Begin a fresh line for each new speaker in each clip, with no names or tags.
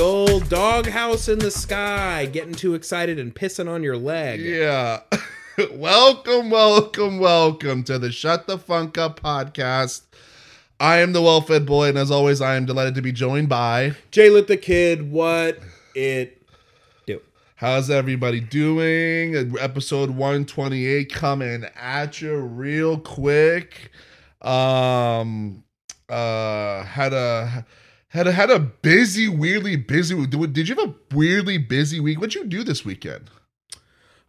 uh, doghouse in the sky, getting too excited and pissing on your leg.
Yeah. welcome, welcome, welcome to the Shut the Funk Up podcast. I am the well fed boy, and as always, I am delighted to be joined by.
Jay lit the kid. What it do?
How's everybody doing? Episode 128 coming at you real quick. Um, uh, had a. Had a, had a busy, weirdly busy. Did did you have a weirdly busy week? What'd you do this weekend?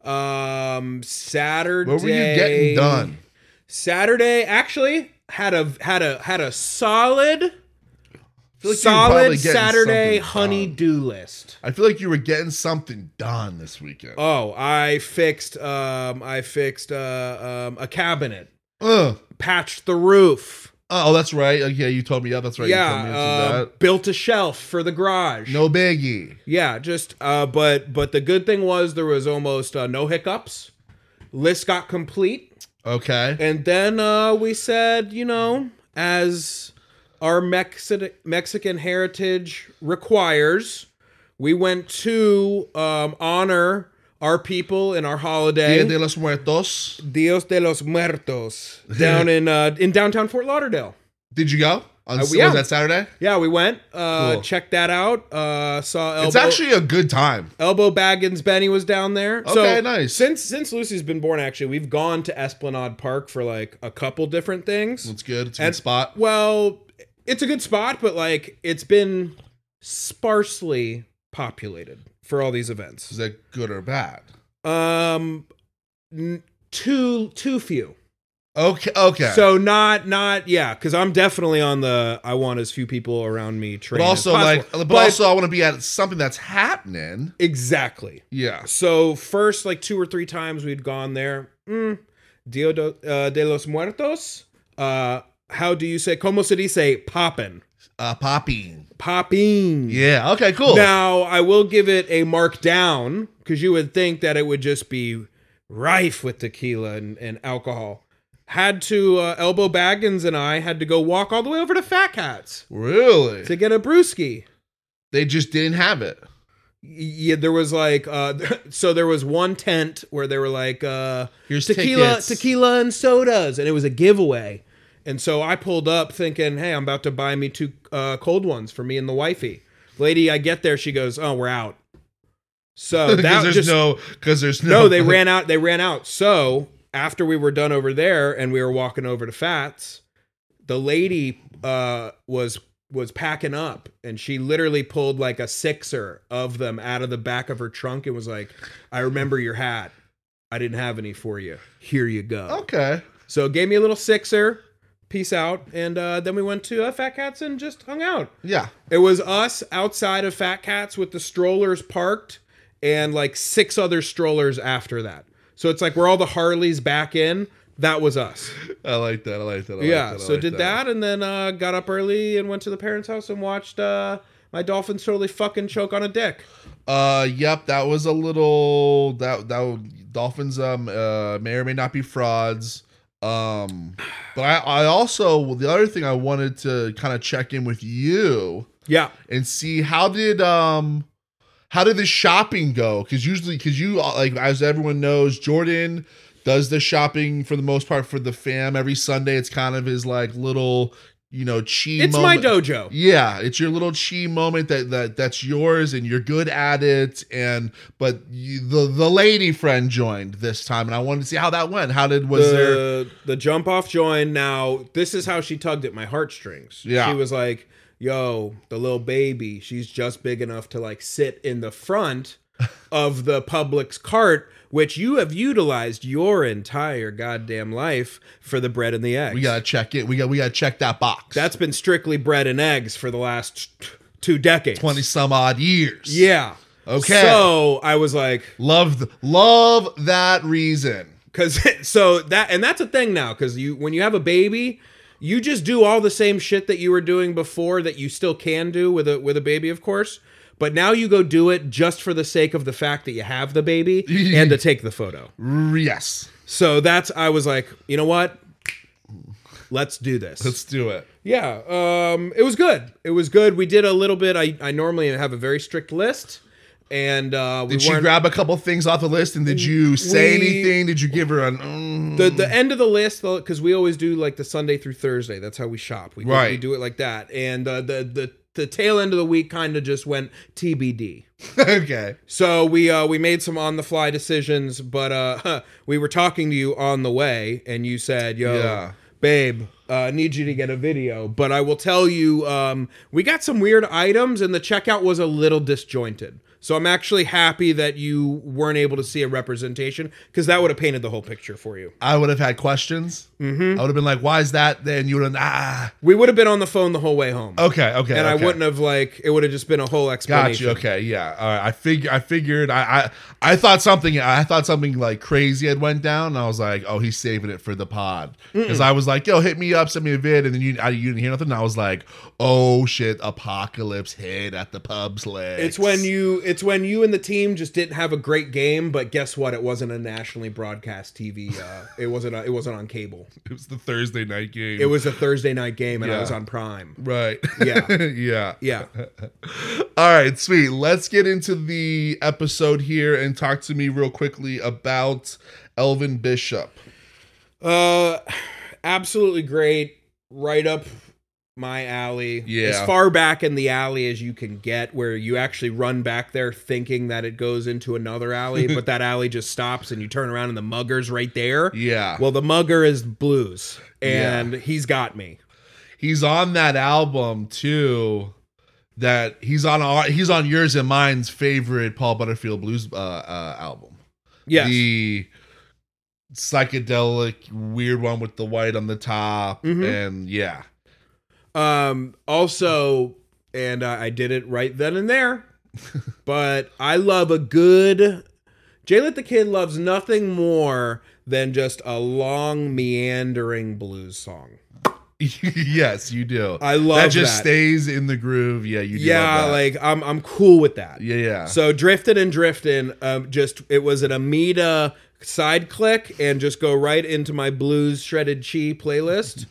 Um, Saturday.
What were you getting done?
Saturday actually had a had a had a solid
feel like you were probably
solid
getting
Saturday
something
honey
done.
do list.
I feel like you were getting something done this weekend.
Oh, I fixed um I fixed uh um a cabinet,
Ugh.
patched the roof.
Uh, Oh, that's right. Like, yeah, you told me. Yeah, that's right. You told me
yeah,
to do
uh, built a shelf for the garage.
that. No biggie.
Yeah, just uh, but but the good thing was there was almost uh, no hiccups. List got complete,
Okay.
and then uh, we said, you know, as our Mexi- Mexican heritage requires, we went to um, honor our people in our holiday,
Dia de los Muertos.
Dios de los Muertos, down in uh, in downtown Fort Lauderdale.
Did you go? On, was
yeah.
that Saturday?
Yeah, we went, uh,
Cool.
checked that out. Uh, saw elbow.
It's actually a good time.
Elbow Baggins Benny was down there.
Okay,
so
nice.
Since since Lucy's been born, actually, we've gone to Esplanade Park for like a couple different things.
It's good. It's a
And-
good spot.
well, it's a good spot, but like it's been sparsely populated for all these
Is
events.
that good or bad?
Um, n- too too few.
Okay. Okay.
So not not yeah, because I'm definitely on the I want as few people around me.
but
training as
also,
possible.
like, but, also, I want to be at something that's happening.
exactly.
Yeah.
So first, like two or three times, we'd gone there. Mm, Dia do, uh, de los Muertos. Uh, how do you say? Como se dice? Poppin.
Uh, popping.
Popping.
Yeah. Okay. Cool.
Now I will give it a mark down because you would think that it would just be rife with tequila and, and alcohol. Had to uh, elbow Baggins and I had to go walk all the way over to Fat Cats
really?
to get a brewski.
They just didn't have it.
Yeah, there was like uh, so there was one tent where they were like uh,
Here's
tequila,
tickets.
tequila and sodas, and it was a giveaway. And so I pulled up thinking, hey, I'm about to buy me two uh, cold ones for me and the wifey. Lady, I get there, she goes, oh, we're out. So
'Cause
that
there's
just no,
no. Because there's no.
they ran out. They ran out. So after we were done over there and we were walking over to Fats, the lady uh, was was packing up and she literally pulled like a sixer of them out of the back of her trunk and was like, "I remember your hat. I didn't have any for you. Here you go."
Okay.
So gave me a little sixer. Peace out. And uh, then we went to uh, Fat Cats and just hung out.
Yeah.
It was us outside of Fat Cats with the strollers parked and like six other strollers after that. So it's like we're all the Harleys back in. That was us.
I like that. I like that. I like
yeah.
that, I
so
like
did that. and then uh, got up early and went to the parents' house and watched uh, my dolphins totally fucking choke on a dick.
Uh, yep, that was a little that that Dolphins um uh may or may not be frauds. Um, but I I also well, the other thing I wanted to kind of check in with you
Yeah.
and see how did um how did the shopping go? Because usually, because you uh, like as everyone knows, Jordan does the shopping for the most part for the fam every Sunday. It's kind of his like little you know cheat.
It's my dojo.
Yeah, it's your little chi moment that, that that's yours and you're good at it. And but you, the the lady friend joined this time, and I wanted to see how that went. How did was there?
the, the jump off join now this is how she tugged at my heartstrings
Yeah.
she was like yo the little baby she's just big enough to like sit in the front of the public's cart which you have utilized your entire goddamn life for the bread and the eggs
We gotta check it. We got we gotta check that box.
that's been strictly bread and eggs for the last t- two decades
twenty some odd years.
yeah
Okay.
so i was like
love th- love that reason.
Cause so that and that's a thing now. Cause you when you have a baby, you just do all the same shit that you were doing before that you still can do with a with a baby, of course. But now you go do it just for the sake of the fact that you have the baby and to take the photo.
R- yes.
So that's I was like, you know what? let's do this.
Let's do it.
yeah, um, it was good. It was good. We did a little bit. I, I normally have a very strict list, and uh, we
Did she
weren't-
grab a couple things off the list and did you say
we-
anything? Did you give her an mm,
the the end of the list because we always do like the Sunday through Thursday. That's how we shop. We do,
Right.
we do it like that, and uh, the the the tail end of the week kind of just went TBD.
okay?
So we uh, we made some on the fly decisions, but uh, we were talking to you on the way, and you said, "Yo,
Yeah.
babe, uh, I need you to get a video." But I will tell you, um, we got some weird items, and the checkout was a little disjointed. So I'm actually happy that you weren't able to see a representation because that would have painted the whole picture for you.
I would have had questions. Mm-hmm. I would have been like, "Why is that?" Then you would have ah
We would have been on the phone the whole way home.
okay okay
and I
okay.
wouldn't have like it would have just been a whole
Got
explanation.
you. Okay. Yeah. All right. I fig. I figured. I, I. I thought something. I thought something like crazy had went down. And I was like, oh, he's saving it for the pod. Because I was like, yo, hit me up, send me a vid, and then you I, you didn't hear nothing. And I was like, oh shit, apocalypse hit at the pub's legs.
It's when you it's when you and the team just didn't have a great game, but guess what? It wasn't a nationally broadcast TV. Uh, it wasn't a, it wasn't on cable.
it was the Thursday night game.
It was a Thursday night game, and I
Yeah.
was on Prime.
right.
Yeah.
yeah.
Yeah,
All right, sweet. Let's get into the episode here and talk to me real quickly about Elvin Bishop.
uh, absolutely great. Right up my alley.
Yeah.
as far back in the alley as you can get, where you actually run back there thinking that it goes into another alley, but that alley just stops, and you turn around, and the mugger's right there.
Yeah.
Well, the mugger is blues, and he's got me.
he's on that album too that he's on our he's on yours and mine's favorite paul butterfield blues uh, uh album
Yes.
the psychedelic weird one with the white on the top
Mhm.
and yeah
um. Also, and uh, I did it right then and there. but I love a good. Jaylet the Kid loves nothing more than just a long meandering blues song.
yes you do
I love
that just
that.
stays in the groove yeah you do
yeah,
love that.
like I'm I'm cool with that.
yeah yeah
So drifted and drifting, um, just it was an Amida side click and just go right into my blues shredded chi playlist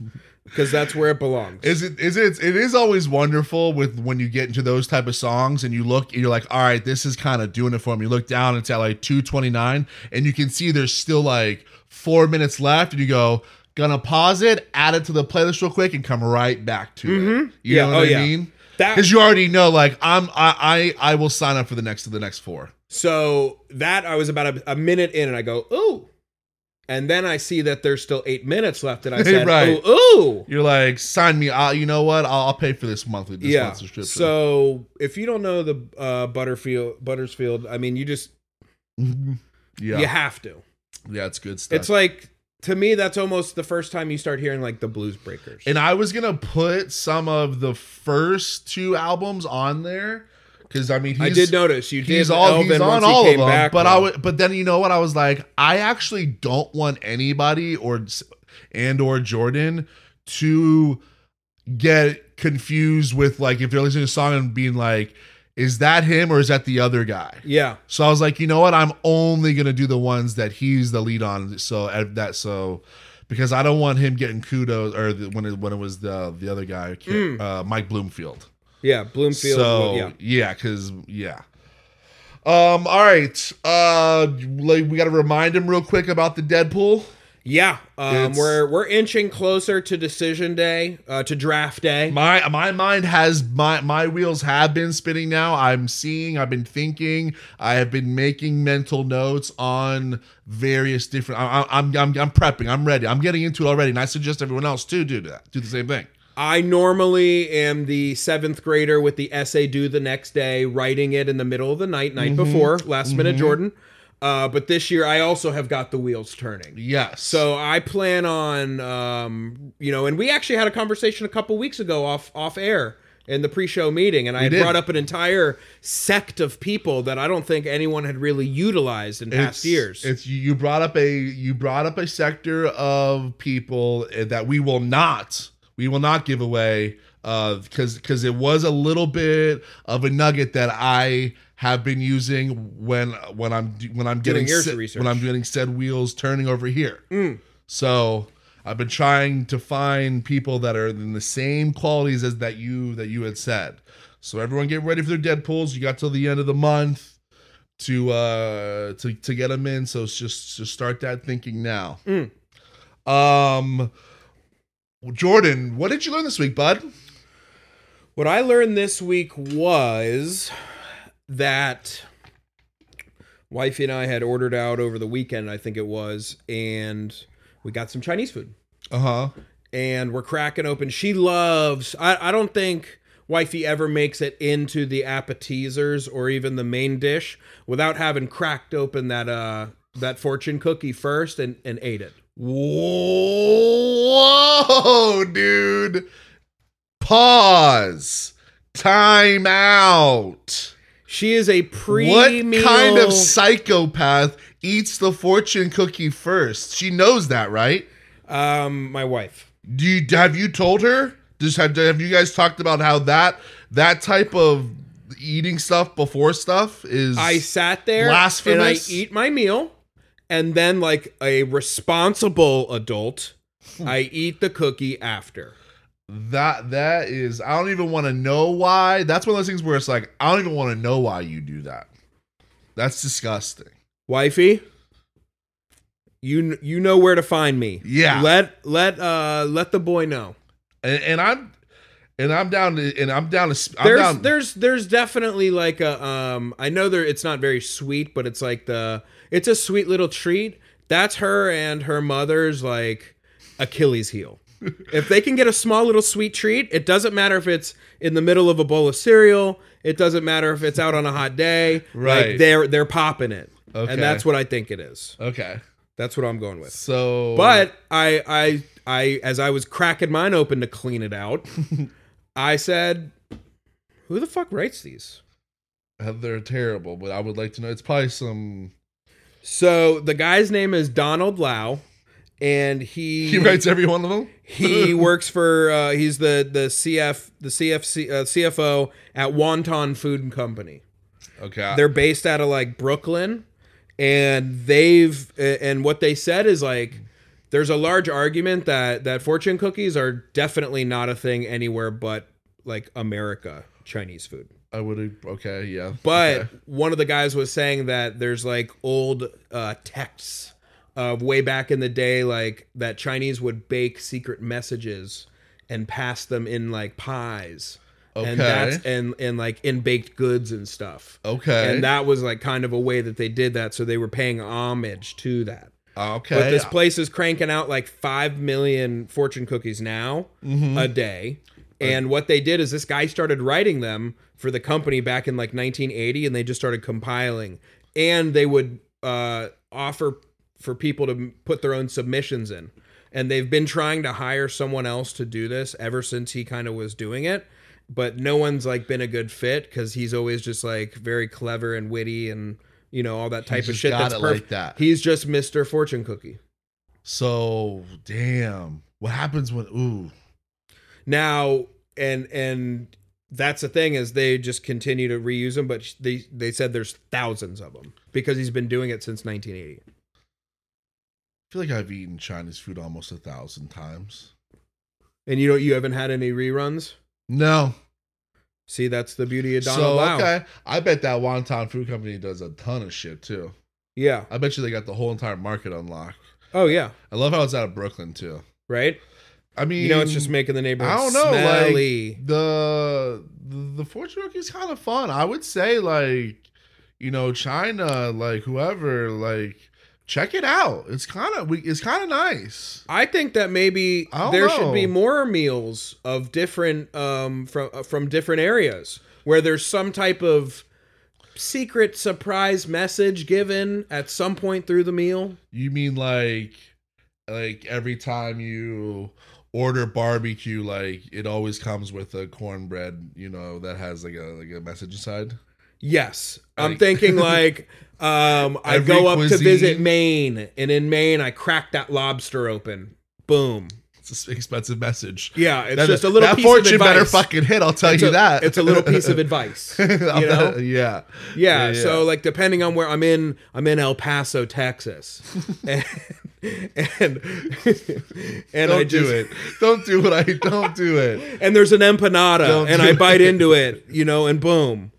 because that's where it belongs.
Is it is it it is always wonderful with when you get into those type of songs and you look and you're like, all right, this is kind of doing it for me. You look down, it's at like 229, and you can see there's still like four minutes left, and you go, gonna pause it, add it to the playlist real quick, and come right back to it. You
Yeah,
know what
oh,
I
yeah.
mean?
That-
Because you already know, like, I'm I, I I will sign up for the next to the next four.
So that I was about a, a minute in, and I go, ooh. And then I see that there's still eight minutes left, and I said,
Right.
ooh, ooh.
You're like, sign me out. You know what? I'll, I'll pay for this monthly this
yeah.
month's subscription.
So if you don't know the uh, Butterfield, Buttersfield, I mean, you just
yeah,
you
yeah,
have to.
it's good stuff.
It's like to me, that's almost the first time you start hearing like the Blues Breakers.
And I was gonna put some of the first two albums on there because I mean he's,
I did notice you did
he's all
Elvin
he's on
once he
all of
came
them.
back
but I
though.
would, but then you know what I was like I actually don't want anybody or and or Jordan to get confused with like if they're listening to a song and being like is that him or is that the other guy.
yeah.
So I was like, you know what? I'm only gonna do the ones that he's the lead on. So uh, that so because I don't want him getting kudos or the, when it, when it was the the other guy, Ki- uh, Mike Bloomfield.
Yeah, Bloomfield.
so
yeah.
yeah, because yeah. Um. All right. Uh. Like we got to remind him real quick about the Deadpool.
Yeah, um,
It's-
we're we're inching closer to decision day, uh, to draft day.
My my mind has my my wheels have been spinning now. I'm seeing, I've been thinking, I have been making mental notes on various different. I, I, I'm I'm I'm prepping. I'm ready. I'm getting into it already, and I suggest everyone else too do that. Do the same thing.
I normally am the seventh grader with the essay due the next day, writing it in the middle of the night, night
Mm-hmm.
before, last minute Jordan. Uh, but this year, I also have got the wheels turning.
Yes.
So I plan on, um, you know, and we actually had a conversation a couple weeks ago off off air in the pre-show meeting, and I had
did.
brought up an entire sect of people that I don't think anyone had really utilized in past
It's-
years.
It's you brought up a you brought up a sector of people that we will not we will not give away of because because it was a little bit of a nugget that I have been using when when I'm do- when I'm getting
Doing your
said-
research.
when I'm getting said wheels turning over here. So I've been trying to find people that are in the same qualities as that you that you had said. So everyone get ready for their Deadpools. You got till the end of the month to uh to to get them in. So it's just just start that thinking now.
Mm.
Um Jordan, what did you learn this week, bud?
What I learned this week was that wifey and I had ordered out over the weekend, I think it was, and we got some Chinese food.
Uh-huh.
And we're cracking open. She loves I, I don't think wifey ever makes it into the appetizers or even the main dish without having cracked open that uh that fortune cookie first and, and ate it.
Whoa, dude. Pause. Time out.
She is a pre
What kind of psychopath eats the fortune cookie first? She knows that, right?
um my wife.
Do you have you told her? Just have, have you guys talked about how that that type of eating stuff before stuff is
I sat there and I
Blasphemous.
eat my meal, and then like a responsible adult,
Hmm.
I eat the cookie after.
that that is I don't even want to know why. That's one of those things where it's like I don't even want to know why you do that. That's disgusting.
Wifey, you you know where to find me.
Yeah.
Let let uh let the boy know.
and, and I'm and I'm down to and I'm down to sp- I'm
There's
down
there's there's definitely like a um I know there it's not very sweet, but it's like the it's a sweet little treat. That's her and her mother's like Achilles heel. if they can get a small little sweet treat, it doesn't matter if it's in the middle of a bowl of cereal. It doesn't matter if it's out on a hot day.
Right.
Like they're they're popping it.
Okay.
And that's what I think it is.
okay.
That's what I'm going with.
So
But I I I as I was cracking mine open to clean it out, I said, "Who the fuck writes these?"
they're terrible, but I would like to know it's probably some
So the guy's name is Donald Lau, and he
he writes every one of them?
he works for uh, he's the the CF the CFC uh, CFO at Wonton Food Company.
Okay.
They're based out of like Brooklyn, and they've a- and what they said is like there's a large argument that that fortune cookies are definitely not a thing anywhere but like America Chinese food.
I would okay, yeah.
But
okay.
one of the guys was saying that there's like old uh, texts of way back in the day, like that Chinese would bake secret messages and pass them in like pies.
Okay.
And that's and and like in baked goods and stuff.
okay.
And that was like kind of a way that they did that, so they were paying homage to that.
okay.
But this place is cranking out like five million fortune cookies now a day. And what they did is this guy started writing them for the company back in like 1980, and they just started compiling. And they would uh, offer for people to m- put their own submissions in. And they've been trying to hire someone else to do this ever since he kind of was doing it. But no one's like been a good fit because he's always just like very clever and witty and you know all that type of
just
shit.
got
that's
it
perfect.
like that.
He's just Mr. Fortune Cookie.
so damn. What happens when ooh.
Now, and and that's the thing is they just continue to reuse them, but they they said there's thousands of them because he's been doing it since 1980.
I feel like I've eaten Chinese food almost a thousand times.
And you don't you haven't had any reruns.
No.
See, that's the beauty of Donald
so
Lau.
okay. I bet that wonton food company does a ton of shit too.
Yeah.
I bet you they got the whole entire market unlocked.
Oh yeah.
I love how it's out of Brooklyn too.
Right.
I mean,
You know, it's just making the neighborhood
Mm, I don't know, like-
smelly.
the the fortune cookie is kind of fun. I would say like, you know, China, like whoever, like check it out. It's kind of we. It's kind of nice.
I think that maybe
I don't
there should
know.
be more meals of different um, from uh, from different areas where there's some type of secret surprise message given at some point through the meal.
You mean like, like every time you order barbecue, like it always comes with a cornbread, you know, that has like a like a message inside.
Yes, I'm
Like-
thinking like um, I
Every
go up to
cuisine.
visit Maine, and in Maine I crack that lobster open. Boom.
It's an expensive message.
Yeah, it's
That-
just a little
that
piece
fortune
of advice.
better fucking hit. I'll tell
it's
you
a,
that.
it's a little piece of advice. You know?
yeah.
yeah,
Yeah, yeah.
so like depending on where i'm in i'm in el paso texas and, and and
don't
I
do
just,
it. Don't do it. I don't do it.
and there's an empanada
Don't
and
do
I
it.
bite into it, you know, and boom.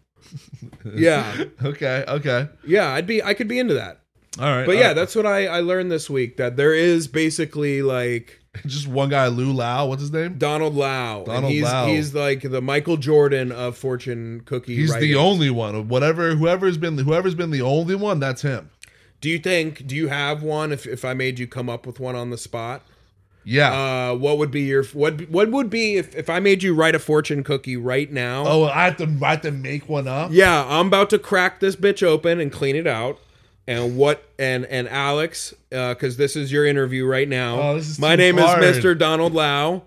Yeah.
Okay. Okay.
Yeah, I'd be I could be into that.
All right. uh,
But
all
yeah,
right.
that's what I I learned this week that there is basically like
just one guy, Lou Lau. What's his name?
Donald Lau. and
Donald
he's
Lau.
he's like the Michael Jordan of fortune cookie
He's
writing.
the only one. of Whatever, whoever's been, whoever's been the only one, that's him.
Do you think do you have one if if I made you come up with one on the spot?
Yeah.
Uh what would be your what what would be if if I made you write a fortune cookie right now?
oh, I have to, I have to make one up.
Yeah, I'm about to crack this bitch open and clean it out. And what and and Alex, because this is your interview right now.
Oh, this is
My
too
name
hard.
is Mr. Donald Lau,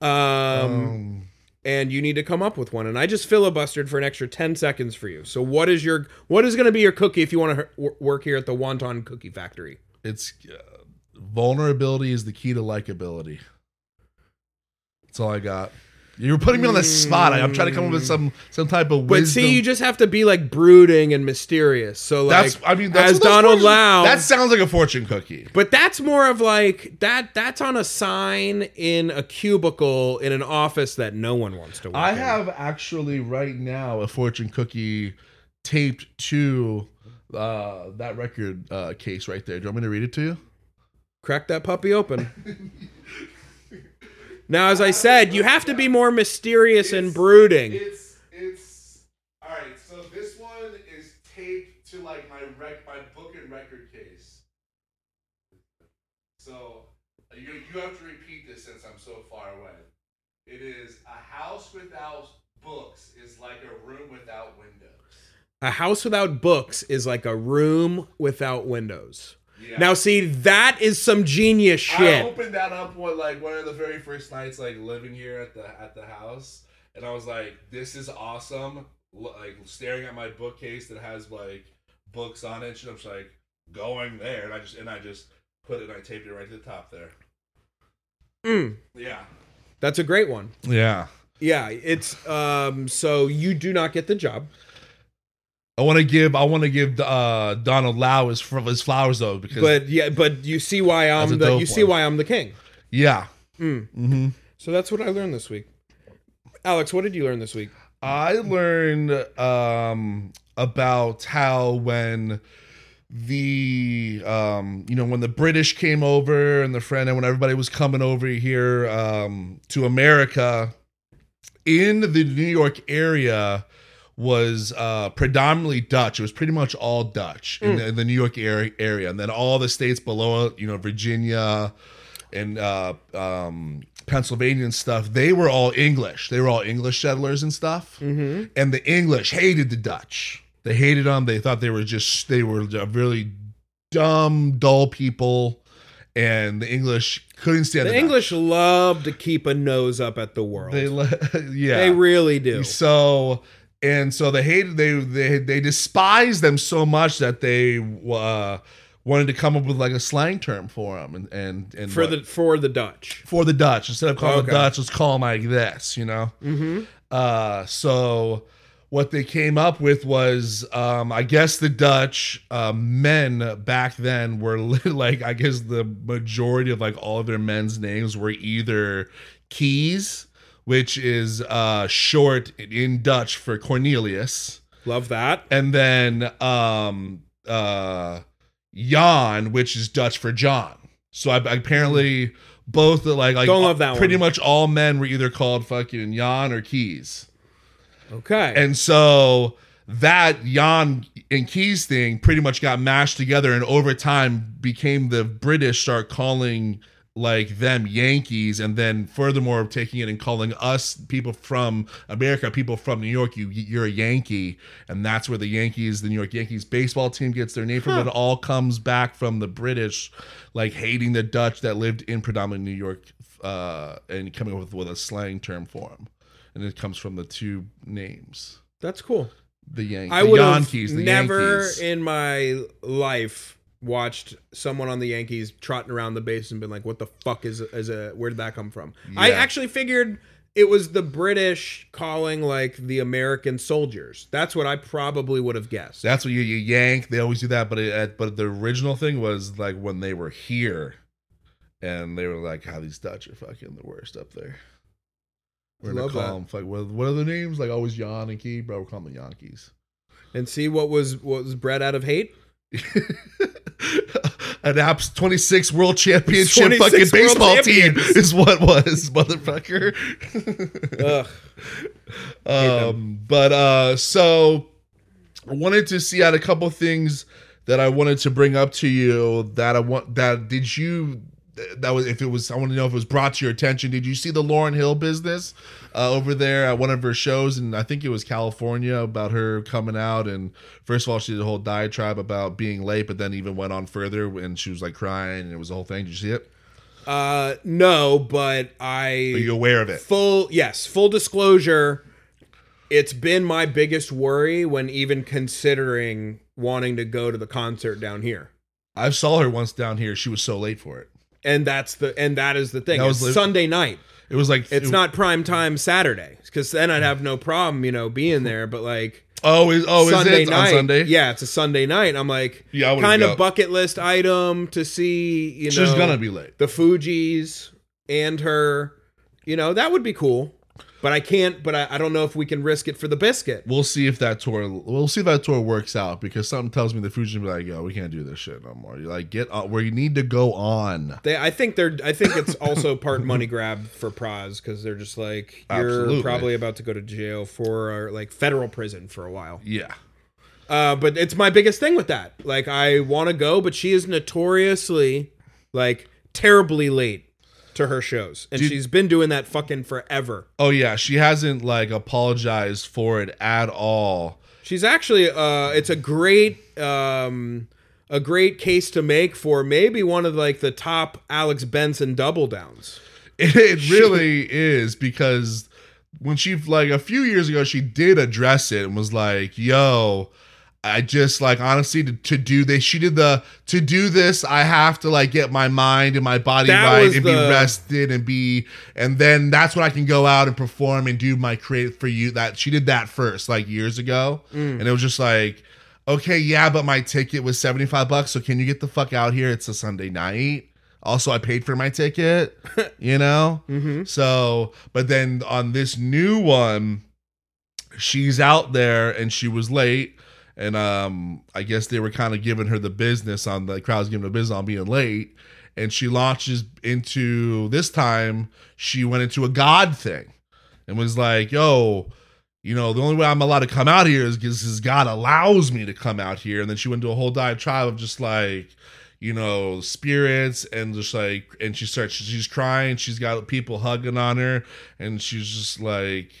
um,
Um,
and you need to come up with one. And I just filibustered for an extra ten seconds for you. So what is your what is going to be your cookie if you want to work here at the Wonton Cookie Factory?
it's uh, vulnerability is the key to likability. That's all I got. You were putting me on the spot. I, am trying to come up with some some type of wisdom.
But see, you just have to be like brooding and mysterious. So like,
that's I mean that's
as
what those
Donald
fortune-
Lau,
That sounds like a fortune cookie.
But that's more of like that that's on a sign in a cubicle in an office that no one wants to work
I
in.
have actually right now a fortune cookie taped to uh, that record uh, case right there. Do you want me to read it to you?
crack that puppy open. now as I said, you have to be more mysterious and brooding.
It's it's all right. So this one is taped to like my rec my book and record case. So uh, you you have to repeat this since I'm so far away. It is a house without books is like a room without windows.
A house without books is like a room without windows.
Yeah.
Now see, that is some genius
I
shit.
opened that up one like one of the very first nights like living here at the at the house, and I was like, "This is awesome!" L- Like staring at my bookcase that has like books on it, and I'm just like going there, and I just and I just put it, and I taped it right to the top there.
Mm,
Yeah,
that's a great one.
yeah.
Yeah, it's um so you do not get the job.
I want to give I want to give uh, Donald Lau his his flowers though because
But yeah, but you see why
That's a
I'm the you
dope
see
one.
why I'm the king.
yeah.
Mm.
Mm-hmm.
So that's what I learned this week. Alex, what did you learn this week?
I learned um, about how when the um, you know when the British came over and the friend and when everybody was coming over here um, to America in the New York area was uh, predominantly Dutch. It was pretty much all Dutch in, the, in the New York area, area, and then all the states below, it, you know, Virginia and uh, um, Pennsylvania and stuff. They were all English. They were all English settlers and stuff.
Mm-hmm.
And the English hated the Dutch. They hated them. They thought they were just they were a really dumb, dull people, and the English couldn't stand
The
Dutch.
English love to keep a nose up at the world.
They
They,
le- yeah
really do.
So and so they hated they they they despised them so much that they uh, wanted to come up with like a slang term for them and and, and
For the for the Dutch.
for the Dutch instead of calling
Okay.
the Dutch, let's call them like this, you know.
Mm-hmm.
Uh, so what they came up with was, um, I guess the Dutch uh, men back then were li- like, I guess the majority of like all of their men's names were either Keys, which is uh, short in Dutch for Cornelius,
Love that.
and then um, uh, Jan, which is Dutch for John. So I, apparently both like like
Don't love that
pretty
one.
much all men were either called fucking Jan or Keys.
Okay.
And so that Jan and Keys thing pretty much got mashed together and over time became the British start calling like them Yankees and then furthermore taking it and calling us people from America, people from New York, you you're a Yankee. And that's where the Yankees, the New York Yankees baseball team gets their name from. It all comes back from the British like hating the Dutch that lived in predominantly New York uh and coming up with, with a slang term for them and it comes from the two names.
That's cool.
The Yankees,
I
the
would have
Yankees, the
never
Yankees.
in my life watched someone on the Yankees trotting around the base and been like, "What the fuck is is a where did that come from?" I
Yeah.
actually figured it was the British calling like the American soldiers. That's what I probably would have guessed.
That's what you, you yank. They always do that. But it, uh, but the original thing was like when they were here, and they were like, "How these Dutch are fucking the worst up there." We're gonna
Love
call
that.
them fuck. What, what are their names? Like always Yankee, bro. We're calling them Yankees.
and see what was what was bred out of hate.
An Apps 26 World Championship
26
fucking
world
baseball team
champions.
is what was, motherfucker.
Ugh.
um but uh so i wanted to see out a couple things that i wanted to bring up to you that i want that did you that was if it was i want to know if it was brought to your attention did you see the lauren hill business uh, over there at one of her shows and i think it was california about her coming out and first of all she did a whole diatribe about being late but then even went on further and she was like crying and it was the whole thing did you see it
Uh, no, but
are
I
you aware of it
full yes full disclosure. It's been my biggest worry when even considering wanting to go to the concert down here.
i saw her once down here she was so late for it
and that's the and that is the thing.
That
It's
was li-
Sunday night.
it was like
It's
it-
not prime time Saturday because then I'd have no problem, you know, being there. But like
Oh, is oh
Sunday
is it
night,
on Sunday?
yeah, it's a Sunday night. and I'm like,
Yeah, I wouldn't
kind
go.
of bucket list item to see, you know,
she's gonna be late.
the Fugees and her, you know, that would be cool. But I can't. But I, I don't know if we can risk it for the biscuit.
We'll see if that tour. We'll see if that tour works out because something tells me the Fuji's gonna be like, "Yo, we can't do this shit no more." You're like, get on, where you need to go on.
They, I think they're. I think it's also part money grab for Praz because they're just like you're
Absolutely.
probably about to go to jail for or like federal prison for a while.
Yeah,
Uh, but it's my biggest thing with that. Like, I want to go, but she is notoriously, like, terribly late to her shows, and
Dude.
she's been doing that fucking forever.
oh yeah, she hasn't like apologized for it at all.
She's actually, uh, it's a great, um, a great case to make for maybe one of like the top Alex Benson double downs.
It really is because when she like a few years ago, she did address it and was like, "Yo, I just like honestly to, to do this. She did the to do this. I have to like get my mind and my body
That
right
was
and
the-
be rested and be, and then that's when I can go out and perform and do my create for you. That she did that first like years ago, and it was just like." Okay, yeah, but my ticket was 75 bucks, so can you get the fuck out here? It's a Sunday night. Also, I paid for my ticket, you know?
Mm-hmm.
So, but then on this new one, she's out there and she was late. And um, I guess they were kind of giving her the business on the crowd's giving her the business on being late. And she launches into this time, she went into a God thing and was like, yo, you know, the only way I'm allowed to come out here is because God allows me to come out here. And then she went into a whole diatribe of just like, you know, spirits and just like, and she starts, she's crying. She's got people hugging on her. And she's just like,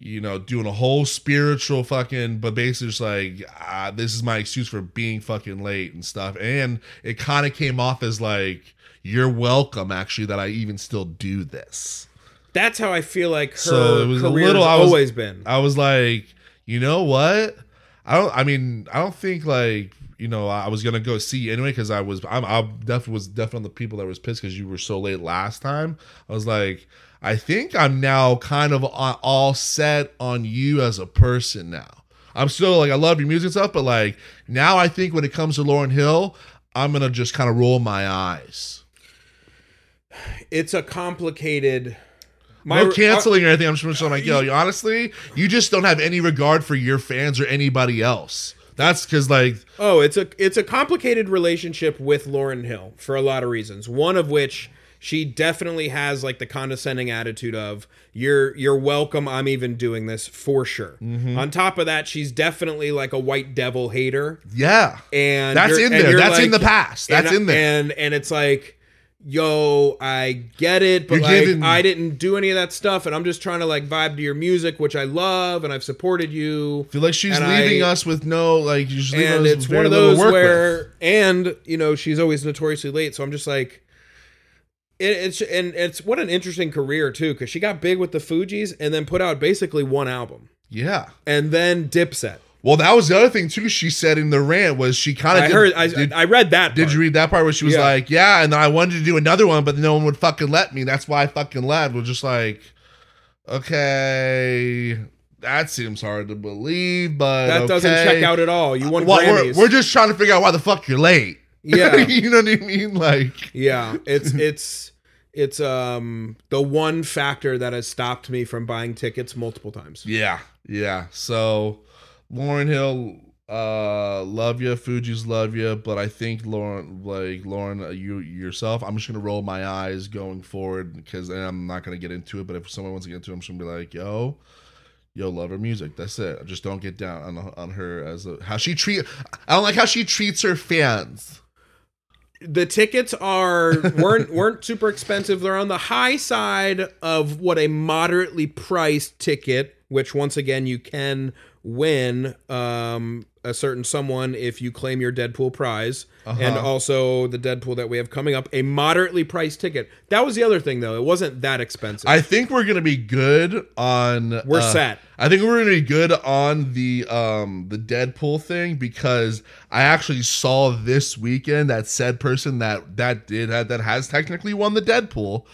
you know, doing a whole spiritual fucking, but basically just like, ah, this is my excuse for being fucking late and stuff. And it kind of came off as like, you're welcome, actually, that I even still do this.
That's how I feel like her
So, it was a
career's
little- I was-
always been.
I was like, you know what? I don't. I mean, I don't think like you know. I was gonna go see you anyway because I was. I'm. I definitely was definitely one of the people that was pissed because you were so late last time. I was like, I think I'm now kind of a- all set on you as a person now. I'm still like I love your music and stuff, but like now I think when it comes to Lauren Hill, I'm gonna just kind of roll my eyes.
It's a complicated.
No
uh,
canceling or anything. I'm just gonna like, yo, you, honestly, you just don't have any regard for your fans or anybody else. That's because like
Oh, it's a it's a complicated relationship with Lauren Hill for a lot of reasons. One of which she definitely has like the condescending attitude of you're you're welcome. I'm even doing this for sure.
Mm-hmm.
On top of that, she's definitely like a white devil hater,
Yeah.
and
That's
you're-
in
and
there.
you're
That's in the
like-
past. That's
and,
in there.
and and it's like. Yo, I get it, but
You're
like
giving-
I didn't do any of that stuff, and I'm just trying to like vibe to your music, which I love, and I've supported you.
I feel like she's
and
leaving
I-
us with no like she's leaving
and
us
it's
with very
one of
little
those
work
where
with.
and you know she's always notoriously late so i'm just like it, it's and it's what an interesting career too because she got big with the fugees and then put out basically one album
Yeah.
and then dipset
Well, that was the other thing too. She said in the rant was she kind of
i heard i,
did,
I read that
did
part.
you read that part where she was
Yeah.
like, "Yeah," and I wanted to do another one, but no one would fucking let me. That's why I fucking left. Was just like, Okay, that seems hard to believe, but
That doesn't
okay.
check out at all. You won
Well, we're,
Grammys.
we're just trying to figure out why the fuck you're late.
yeah,
you know what I mean? Like,
yeah. It's it's it's um the one factor that has stopped me from buying tickets multiple times.
yeah, yeah. So, Lauren Hill, uh, love you. Fuji's love you, but I think Lauren, like Lauren, uh, you yourself, I'm just gonna roll my eyes going forward because I'm not gonna get into it. But if someone wants to get into it, I'm just gonna be like, yo. Yo, love her music. That's it. I just don't get down on, on her as a, how she treat. I don't like how she treats her fans.
The tickets are weren't weren't super expensive. They're on the high side of what a moderately priced ticket, which once again you can win um a certain someone if you claim your Deadpool prize. and
Uh-huh.
also the Deadpool that we have coming up, a moderately priced ticket. That was the other thing, though. It wasn't that expensive.
I think we're gonna be good on.
We're
uh,
set.
I think we're gonna be good on the um the Deadpool thing because I actually saw this weekend that said person that that did that has technically won the Deadpool.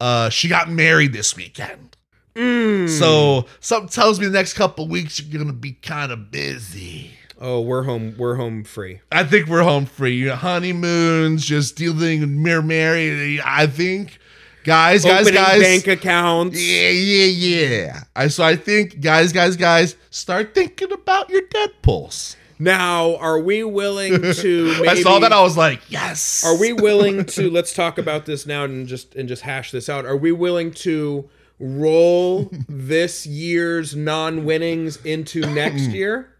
Uh, she got married this weekend,
Mm.
so something tells me the next couple weeks you're gonna be kind of busy.
oh, we're home. We're home free.
I think we're home free. Your honeymoons, just dealing with mere Mary. I think, guys, guys,
Opening
guys,
bank accounts.
Yeah, yeah, yeah. I so I think guys, guys, guys, start thinking about your Deadpools.
Now, are we willing to? Maybe,
I saw that I was like, yes.
are we willing to? Let's talk about this now and just and just hash this out. Are we willing to roll this year's non-winnings into next
Mm.
year?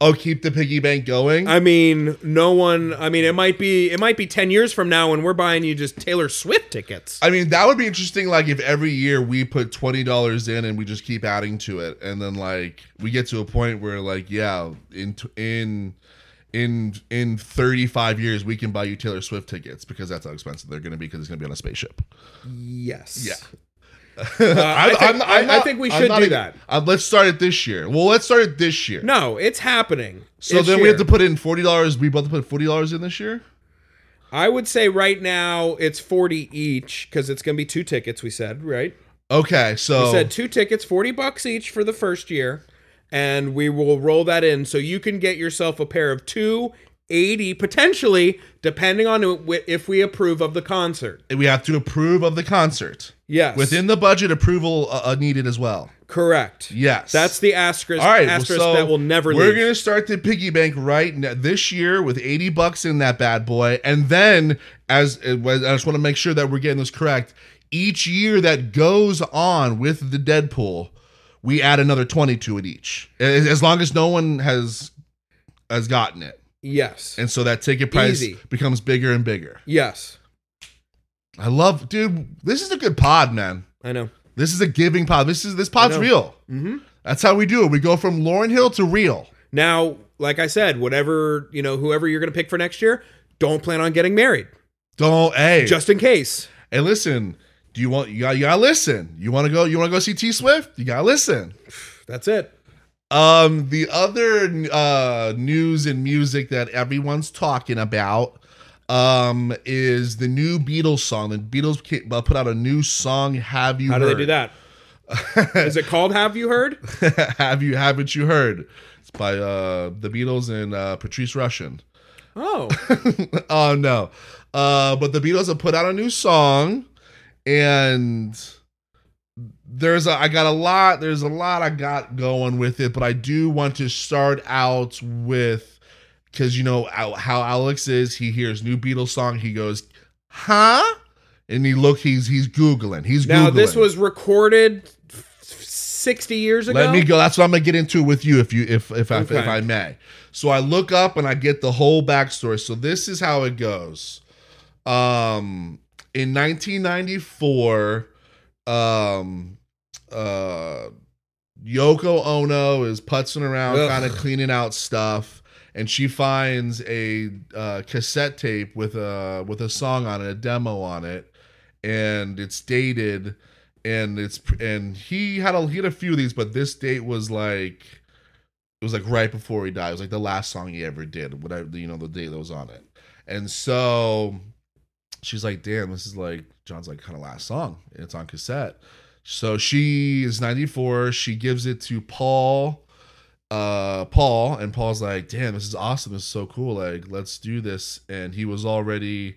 Oh, keep the piggy bank going.
I mean, no one. I mean, it might be it might be ten years from now, and we're buying you just Taylor Swift tickets.
I mean, that would be interesting. Like if every year we put twenty dollars in and we just keep adding to it, and then like we get to a point where like yeah, in t- in in in thirty five years we can buy you Taylor Swift tickets because that's how expensive they're going to be because it's going to be on a spaceship.
Yes. Uh,
Yeah.
I think- I- I think we
I'm
should
not
do
ag-
that.
Um, let's start it this year. Well, let's start it this year.
No, it's happening.
So
It's
then we have
here.
to put in forty dollars. We both put forty dollars in this year.
I would say right now it's forty each because it's gonna be two tickets. We said right.
Okay, so
We said two tickets, forty bucks each for the first year, and we will roll that in so you can get yourself a pair of two eighty potentially, depending on wh- if we approve of the concert.
we have to approve of the concert
Yes.
within the budget. Approval uh, uh, needed as well.
correct.
Yes,
That's the asterisk.
all right. well,
asterisk
so
that will never
We're
leave.
gonna start the piggy bank right now, this year with eighty bucks in that bad boy, and then as uh, I just want to make sure that we're getting this correct. Each year that goes on with the Deadpool, we add another twenty to it each, as as long as no one has has gotten it.
yes.
and so that ticket price
Easy.
becomes bigger and bigger.
yes.
I love, dude. This is a good pod, man.
I know.
This is a giving pod. This is this pod's
know.
real.
Mm-hmm.
That's how we do it. We go from Lauren Hill to real.
Now, like I said, whatever, you know, whoever you're going to pick for next year, don't plan on getting married
Don't hey
just in case.
hey listen. Do you want you gotta, you gotta listen? You want to go? You want to go see T Swift? You gotta listen.
That's it.
Um, the other uh, news and music that everyone's talking about um is the new Beatles song. The Beatles ca- uh, put out a new song. Have you?
How do
heard?
they do that? Is it called Have You Heard?
have you haven't you heard it's by uh the beatles and uh patrice russian
Oh,
oh no uh but the beatles have put out a new song and there's a i got a lot there's a lot i got going with it but i do want to start out with because you know how how alex is he hears new beatles song he goes huh and he look he's he's googling he's
now this
Googling.
was recorded f- 60 years ago.
Let me go. That's what I'm gonna get into with you, if you if if I,
Okay.
if I may. So I look up and I get the whole backstory. So this is how it goes. Um, in 1994, um, uh, Yoko Ono is putzing around,
Ugh.
kind of cleaning out stuff, and she finds a uh, cassette tape with a with a song on it, a demo on it, and it's dated and it's and he had a he had a few of these, but this date was like it was like right before he died. It was like the last song he ever did, whatever you know, the day that was on it. And so she's like, "Damn, this is like John's like kind of last song. and It's on cassette." So she is 94. She gives it to Paul. Uh, Paul and Paul's like, damn, this is awesome. This is so cool. Like, let's do this. And he was already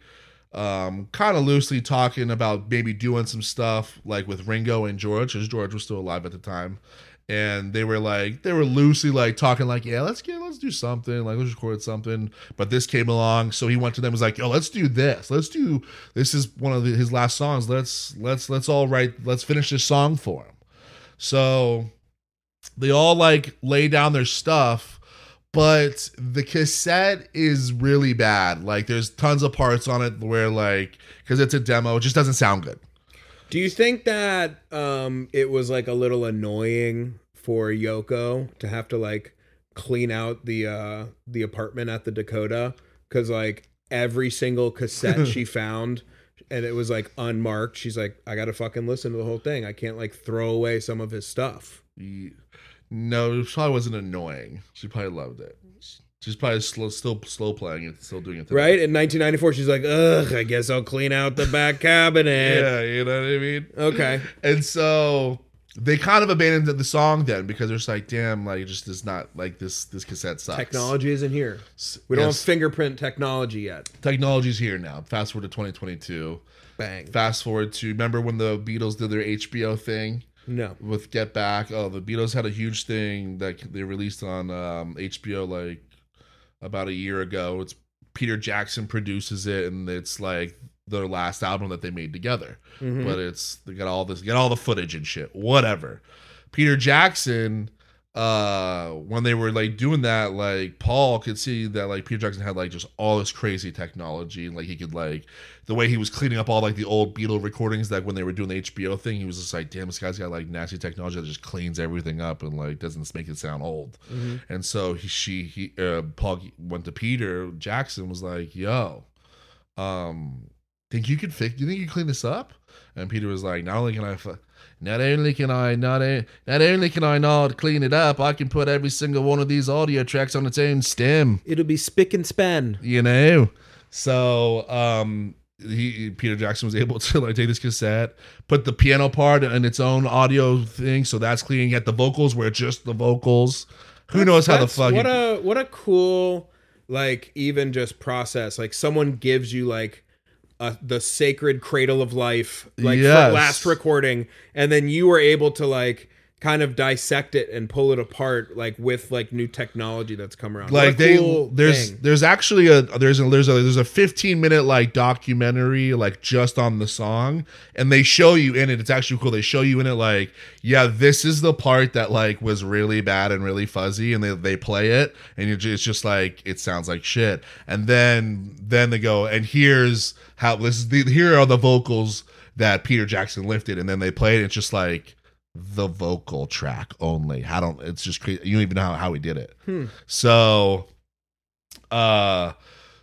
um kind of loosely talking about maybe doing some stuff like with Ringo and George, because George was still alive at the time. And they were like, they were loosely like talking like, yeah, let's get, let's do something, like let's record something. But this came along, so he went to them and was like, yo, let's do this, let's do this is one of the, his last songs. Let's let's let's all write, let's finish this song for him. So they all like lay down their stuff but the cassette is really bad like there's tons of parts on it where like because it's a demo it just doesn't sound good
Do you think that um, it was like a little annoying for Yoko to have to like clean out the uh, the apartment at the Dakota because like every single cassette she found and it was like unmarked. She's like, I gotta fucking listen to the whole thing. I can't like throw away some of his stuff.
Ye- no it probably wasn't annoying she probably loved it she's probably slow, still slow playing it still doing it today.
Right in 1994, she's like, ugh, I guess I'll clean out the back cabinet.
yeah you know what i mean
Okay,
and so they kind of abandoned the- the song then because they're just like damn like it just is not like this this cassette sucks
technology isn't here. We don't
Yes.
have fingerprint technology yet.
technology's here now fast forward to 2022
Bang.
fast forward to remember when the Beatles did their HBO thing
No.
with Get Back? Oh, the Beatles had a huge thing that they released on um, HBO like about a year ago. It's Peter Jackson produces it, and it's like their last album that they made together.
Mhm.
But it's they got all this, got all the footage and shit, whatever. Peter Jackson uh when they were like doing that like paul could see that like peter jackson had like just all this crazy technology and like he could like the way he was cleaning up all like the old beatle recordings like when they were doing the hbo thing he was just like damn this guy's got like nasty technology that just cleans everything up and like doesn't make it sound old
Mhm.
and so he she he uh paul went to peter jackson was like yo um think you could fix you think you clean this up and peter was like not only can i fu- not only can I not o- not only can I not clean it up, I can put every single one of these audio tracks on its own stem.
It'll be spick and span.
You know, so um, he Peter Jackson was able to like take this cassette, put the piano part in its own audio thing, so that's clean. Yet the vocals were just the vocals. Who knows how the
That's-
fuck?
What
he-
a what a cool like even just process. Like someone gives you like a, the sacred cradle of life, like
Yes.
for last recording, and then you were able to like kind of dissect it and pull it apart, like with like new technology that's come around. What a
like they
cool
there's
thing.
there's actually a there's a there's a there's a 15 minute like documentary like just on the song and they show you in it it's actually cool they show you in it like yeah this is the part that like was really bad and really fuzzy and they, they play it and you're ju- it's just like it sounds like shit and then then they go and here's how this is the here are the vocals that Peter Jackson lifted and then they play it and it's just like the vocal track only. I don't. It's just crazy. You don't even know how, how he did it.
Hmm.
So, uh,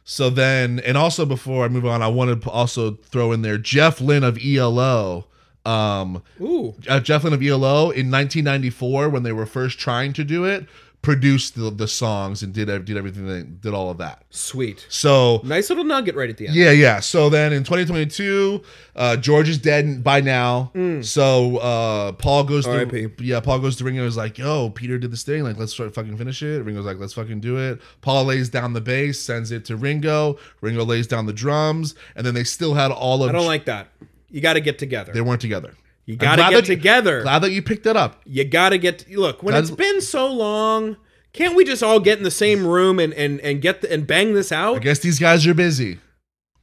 so then, and also before I move on, I want to also throw in there Jeff Lynne of ELO. Um,
ooh
uh, Jeff Lynne of ELO in 1994 when they were first trying to do it, produced the, the songs and did did everything, did all of that.
sweet,
So
nice little nugget right at the end.
yeah, yeah. So then in 2022, uh, George is dead by now.
Mm.
So uh, Paul goes to
R.I.P..
yeah, Paul goes to Ringo. and Is like, yo, Peter did this thing. Like, let's try to fucking finish it. Ringo's like, let's fucking do it. Paul lays down the bass, sends it to Ringo. Ringo lays down the drums, and then they still had all of.
I don't like that. You got to get together.
They weren't together.
you
I'm
got to
glad
get
that you-
together.
Glad that you picked that up.
you gotta get look when
That's-
it's been so long can't we just all get in the same room and and and get the, and bang this
I
out
guess these guys are busy.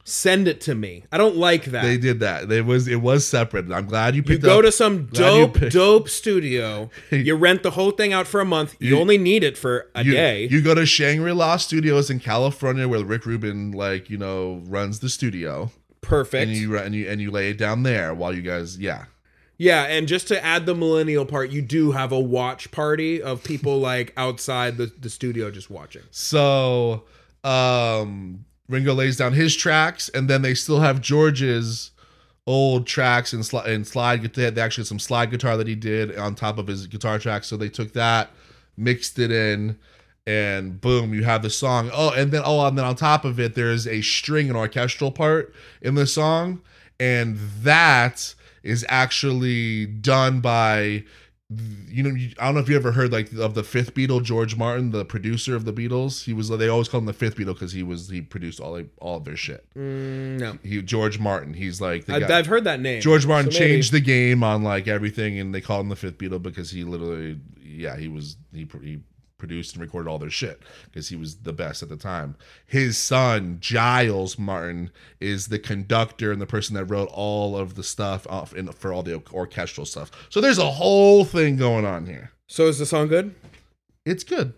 send it to me i don't like that
They did that. They was it was separate. I'm glad you
you
picked
go
up.
to some
Glad you
dope
picked-
dope studio you rent the whole thing out for a month you,
You-
only need it for a
you,
day
You go to Shangri La Studios in California, where Rick Rubin, like you know, runs the studio,
perfect
and you and you and you lay it down there while you guys, yeah,
yeah and just to add the millennial part you do have a watch party of people like outside the, the studio just watching
So um Ringo lays down his tracks, and then they still have George's old tracks and, sli- and slide guitar. They actually had some slide guitar that he did on top of his guitar track. So they took that, mixed it in, and boom, you have the song. Oh, and then oh, and then on top of it, there's a string and orchestral part in the song, and that is actually done by you know you- I don't know if you ever heard like of the fifth Beatle George Martin the producer of the Beatles he was they always called him the fifth Beatle because he was he produced all all of their shit
Mm, no,
he George Martin he's like the
I,
guy.
I've heard that name.
George Martin
So maybe-
changed the game on like everything, and they called him the Fifth Beatle because he literally, yeah, he was he, pr- he produced and recorded all their shit because he was the best at the time. His son Giles Martin is the conductor and the person that wrote all of the stuff off in, for all the orchestral stuff. So there's a whole thing going on here.
So is the song good?
It's good.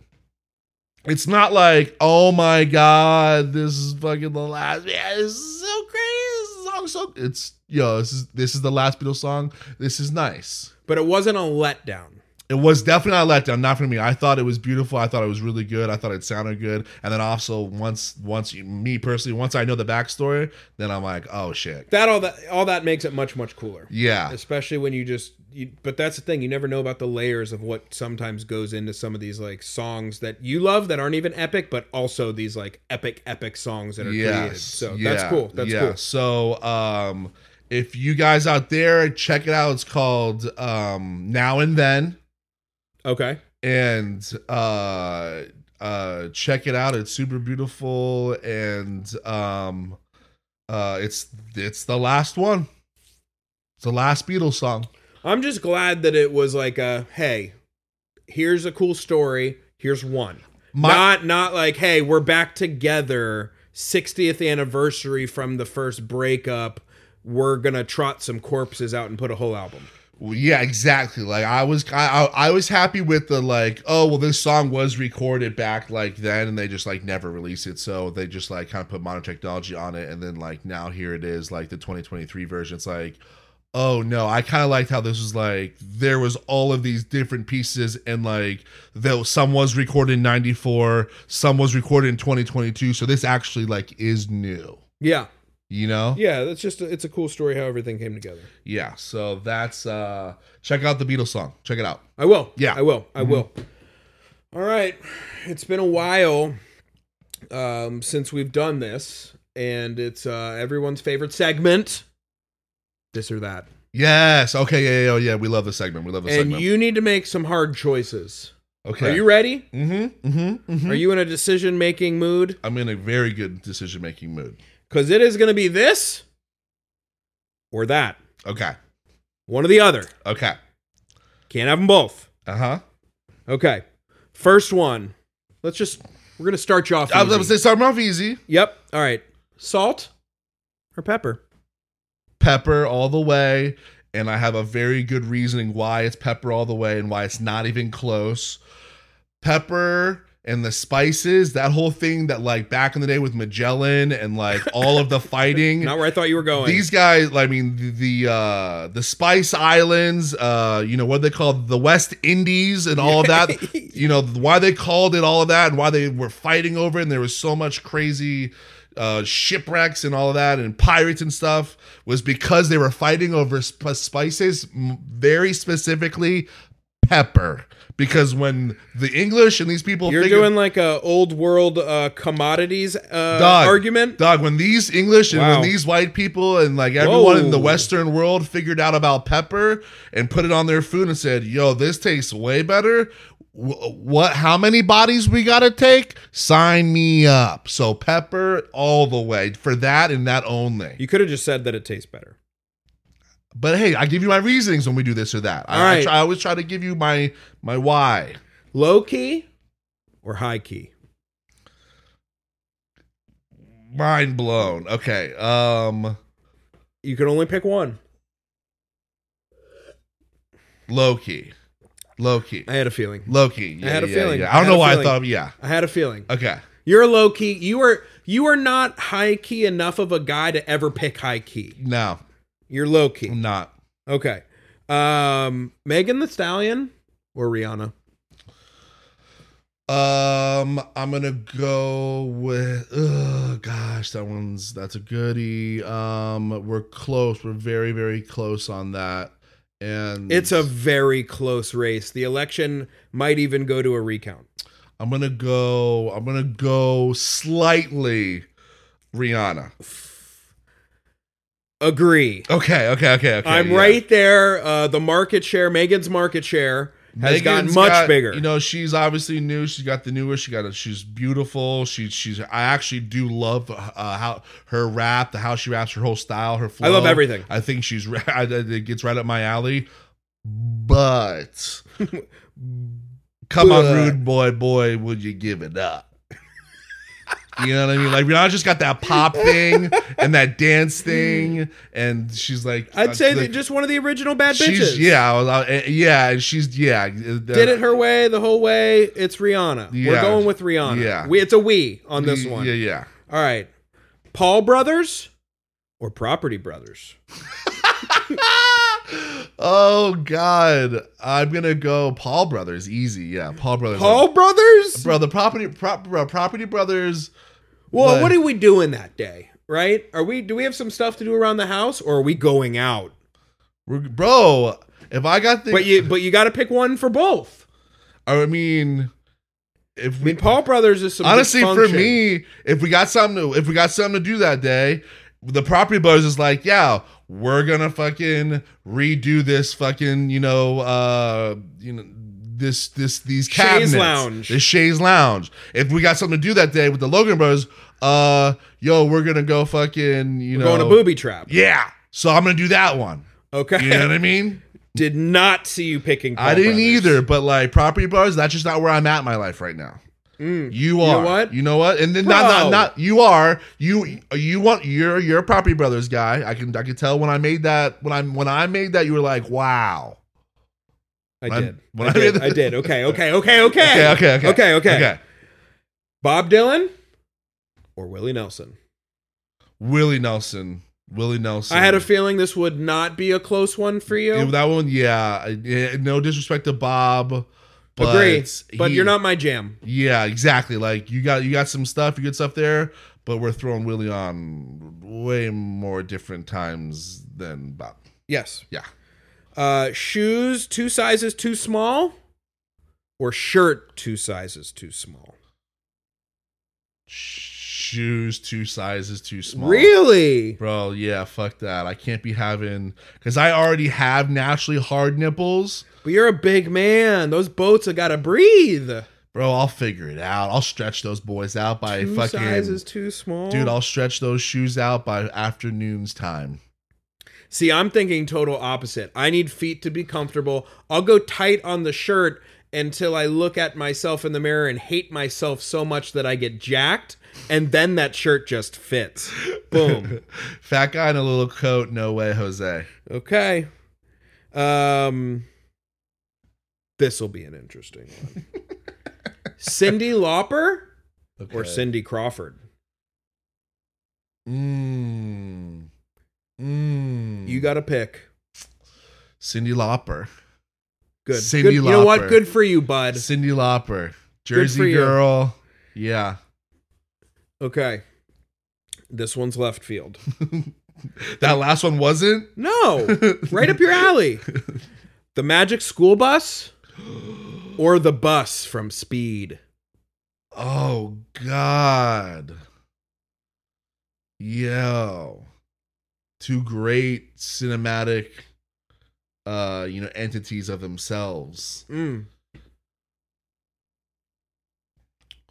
It's not like, oh my god, this is fucking the last. Yeah, this is so crazy. This song so. It's yo, this is this is the last Beatles song. This is nice.
But it wasn't a letdown.
It was definitely not a letdown, not for me. I thought it was beautiful. I thought it was really good. I thought it sounded good. And then also once once you, me personally, once I know the backstory, then I'm like, oh shit,
That all that all that makes it much much cooler.
yeah,
Especially when you just. You, but that's the thing. You never know about the layers of what sometimes goes into some of these like songs that you love that aren't even epic, but also these like epic epic songs that are created.
yes,
So
yeah,
that's cool. That's
yeah.
cool.
So um, if you guys out there check it out, it's called um, Now and Then.
Okay.
and uh uh check it out it's super beautiful and um uh it's it's the last one it's the last beatles song
I'm just glad that it was like a hey, here's a cool story. Here's one.
My-
not not like hey, we're back together. 60th anniversary from the first breakup. We're gonna trot some corpses out and put a whole album.
Well, yeah exactly like i was I, I I was happy with the like oh well this song was recorded back like then and they just like never released it so they just like kind of put modern technology on it and then like now here it is like the 2023 version it's like oh no i kind of liked how this was like there was all of these different pieces and like though some was recorded in 94 some was recorded in 2022 so this actually like is new
Yeah,
you know
yeah. That's just it's a cool story how everything came together.
yeah so that's uh check out the beatles song check it out
I will.
Yeah. Mm-hmm.
I will. I will. All right. It's been a while um, since we've done this, and it's uh, everyone's favorite segment. This or that.
Yes. Okay. Yeah. Yeah. Yeah. We love this segment. We love this
and
segment.
you need to make some hard choices.
okay.
Are you ready?
Mm-hmm. Mm-hmm.
Are you in a decision making mood?
I'm in a very good decision making mood.
Because it is going to be this or that.
Okay.
One or the other.
Okay.
Can't have them both.
Uh huh.
Okay. First one. Let's just, we're going to start you off.
I was
easy.
gonna say starting off easy.
Yep. All right. Salt or pepper?
Pepper all the way, and I have a very good reasoning why it's pepper all the way and why it's not even close. Pepper and the spices, that whole thing that like back in the day with Magellan and like all of the fighting.
Not where I thought you were going.
These guys, I mean, the the, uh, the Spice Islands, uh, you know what they called the West Indies and all of that. you know why they called it all of that and why they were fighting over it, and there was so much crazy uh, shipwrecks and all of that and pirates and stuff was because they were fighting over sp- spices, m- very specifically pepper. Because when the English and these people
You're
figured-
doing like a old world uh, commodities uh,
Dog.
argument.
Dog, when these English and
Wow.
when these white people and like everyone in the
Whoa.
Western world figured out about pepper and put it on their food and said, "Yo, this tastes way better." Wh- What? How many bodies we gotta take? Sign me up. So pepper all the way for that and that only.
You could have just said that it tastes better.
But hey, I give you my reasonings when we do this or that. I,
All
I,
right.
try, I always try to give you my my why.
Low key or high key?
Mind blown. Okay. Um,
You can only pick one.
low key, low key,
I had a feeling.
low key.
I had a
yeah,
feeling.
yeah.
I
I don't
had
know
a
why I
feeling.
thought. Yeah.
I had a feeling.
Okay.
You're a low key. You are you are not high key enough of a guy to ever pick high key.
No,
You're low key.
I'm not.
Okay. Um Megan the Stallion or Rihanna?
Um, I'm gonna go with. Oh gosh, that one's that's a goodie. Um, we're close. We're very very close on that. And
It's a very close race. The election might even go to a recount.
I'm gonna go. I'm gonna go slightly. Rihanna.
agree.
Okay, okay, okay, okay.
I'm
yeah.
right there. Uh, the market share, Megan's market share has
Megan's
gotten much
got-
bigger.
You know, she's obviously new. She's got the newest. She got a, she's beautiful. She she's I actually do love uh, how her rap, the how she raps, her whole style, her flow.
I love everything.
I think she's ra- I- I- it gets right up my alley. But come on,
But.
rude boy, boy, would you give it up? You know what I mean? Like Rihanna just got that pop thing and that dance thing, and she's like,
I'd say that
like,
just one of the original bad bitches.
She's yeah, I was- I- yeah, and she's yeah. uh,
Did it her way the whole way. It's Rihanna. We're
Yeah.
going with Rihanna.
Yeah.
We, it's a we on this one.
Yeah, yeah.
All right. Paul Brothers or Property Brothers?
oh God, I'm gonna go Paul Brothers. Easy, yeah, Paul Brothers.
Paul Brothers?
bro, the property prop, bro, property brothers.
Well,
But-
what are we doing that day? Right? Are we? Do we have some stuff to do around the house, or are we going out?
We're, bro, if I got the,
But you, but you got to pick one for both.
I mean, if
I
we
mean, Paul Brothers is some
honestly for
dysfunction.
me, if we got something to, if we got something to do that day, the property brothers is like, yeah, we're gonna fucking redo this fucking, you know, uh, you know. This this these
Shays
cabinets,
Lounge.
this Shays Lounge. If we got something to do that day with the Logan Brothers, uh, yo, we're gonna go fucking, you
We're
know,
going to booby trap.
yeah. So I'm gonna do that one.
Okay.
You know what I mean?
Did not see you picking. Paul
I didn't
Brothers.
either, but like property bars, that's just not where I'm at in my life right now.
Mm.
You
know
are.
what?
You know what? And then not,
Bro.
not not you are. You you want you're you're a property brothers guy. I can I can tell when I made that when I when I made that you were like, wow.
I
When-
did.
when
I
I
did.
made the-
I did. Okay. Okay. Okay. Okay.
Okay, okay, okay.
Okay. Okay.
Okay.
Bob Dylan or Willie Nelson.
Willie Nelson. Willie Nelson.
I had a feeling this would not be a close one for you.
Yeah, that one, yeah. I- yeah, No disrespect to Bob. But
Agree. but
he-
you're not my jam.
Yeah, exactly. Like you got you got some stuff, you good stuff there, but we're throwing Willie on way more different times than Bob.
Yes.
Yeah.
Uh, shoes two sizes too small, or shirt two sizes too small.
Shoes two sizes too small.
Really?
Bro, yeah, fuck that. I can't be having because I already have naturally hard nipples.
But you're a big man. Those boats have got to breathe.
Bro, I'll figure it out. I'll stretch those boys out by
two
fucking
sizes too small,
dude. I'll stretch those shoes out by afternoon's time.
See, I'm thinking total opposite. I need feet to be comfortable. I'll go tight on the shirt until I look at myself in the mirror and hate myself so much that I get jacked, and then that shirt just fits. Boom.
Fat guy in a little coat, no way, Jose.
Okay. Um this will be an interesting one. Cindy Lauper or
Okay.
Cindy Crawford?
Mm. Mm.
You got to pick.
Cindy Lauper.
Good.
Cyndi
Good- You know what?
Lauper.
Good for you, bud.
Cindy Lauper.
for
Jersey
you.
girl. Yeah.
Okay. This one's left field.
That last one wasn't?
No. right up your alley. The Magic School Bus or the bus from Speed?
Oh God. Yo. Two great cinematic uh you know entities of themselves
Mm.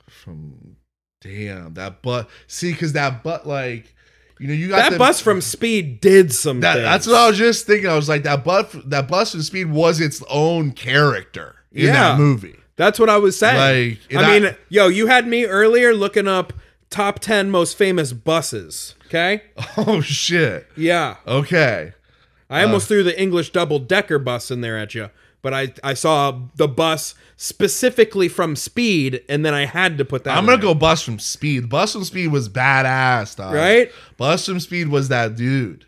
from damn that butt see because that butt like you know you got
That
the-
bus from Speed did something.
that, that's what I was just thinking. I was like, that butt, that Bus and Speed was its own character in
Yeah.
that movie.
That's what I was saying.
Like, and
I mean, yo, you had me earlier looking up top 10 most famous buses. Okay.
oh shit.
Yeah.
Okay,
I
Uh.
almost threw the English double decker bus in there at you, but I, I saw the bus specifically from Speed, and then I had to put that.
I'm
in
gonna
there.
go Bus from Speed. Bus from Speed was badass, dog.
right.
Bus from Speed was that dude.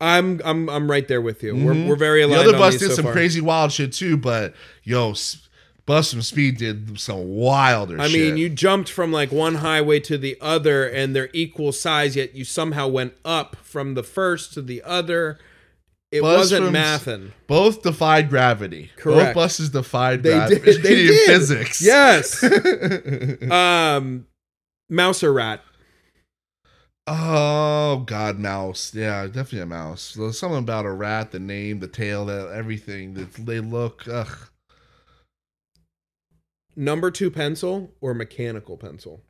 I'm I'm I'm right there with you. We're,
Mhm.
we're very
The
aligned.
other
on
bus
these
did
so
some
far.
crazy wild shit too, but yo, S- Bus from Speed did some wilder.
I
shit.
mean, you jumped from like one highway to the other, and they're equal size, yet you somehow went up from the first to the other. It
Bus
wasn't
from-
mathin'.
both defied gravity.
Correct.
Both buses defied
They
gravity.
did. They
in
did.
physics.
Yes. um, mouse or rat?
Oh God, mouse. Yeah, definitely a mouse. There's something about a rat, the name, the tail, the, everything. That they look. Ugh.
Number two pencil or mechanical pencil?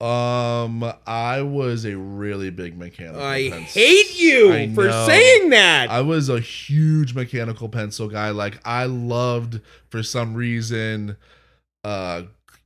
Um, I was a really big mechanical.
I
pencil.
hate you
I
for
know.
saying that.
I was a huge mechanical pencil guy. Like I loved for some reason, uh,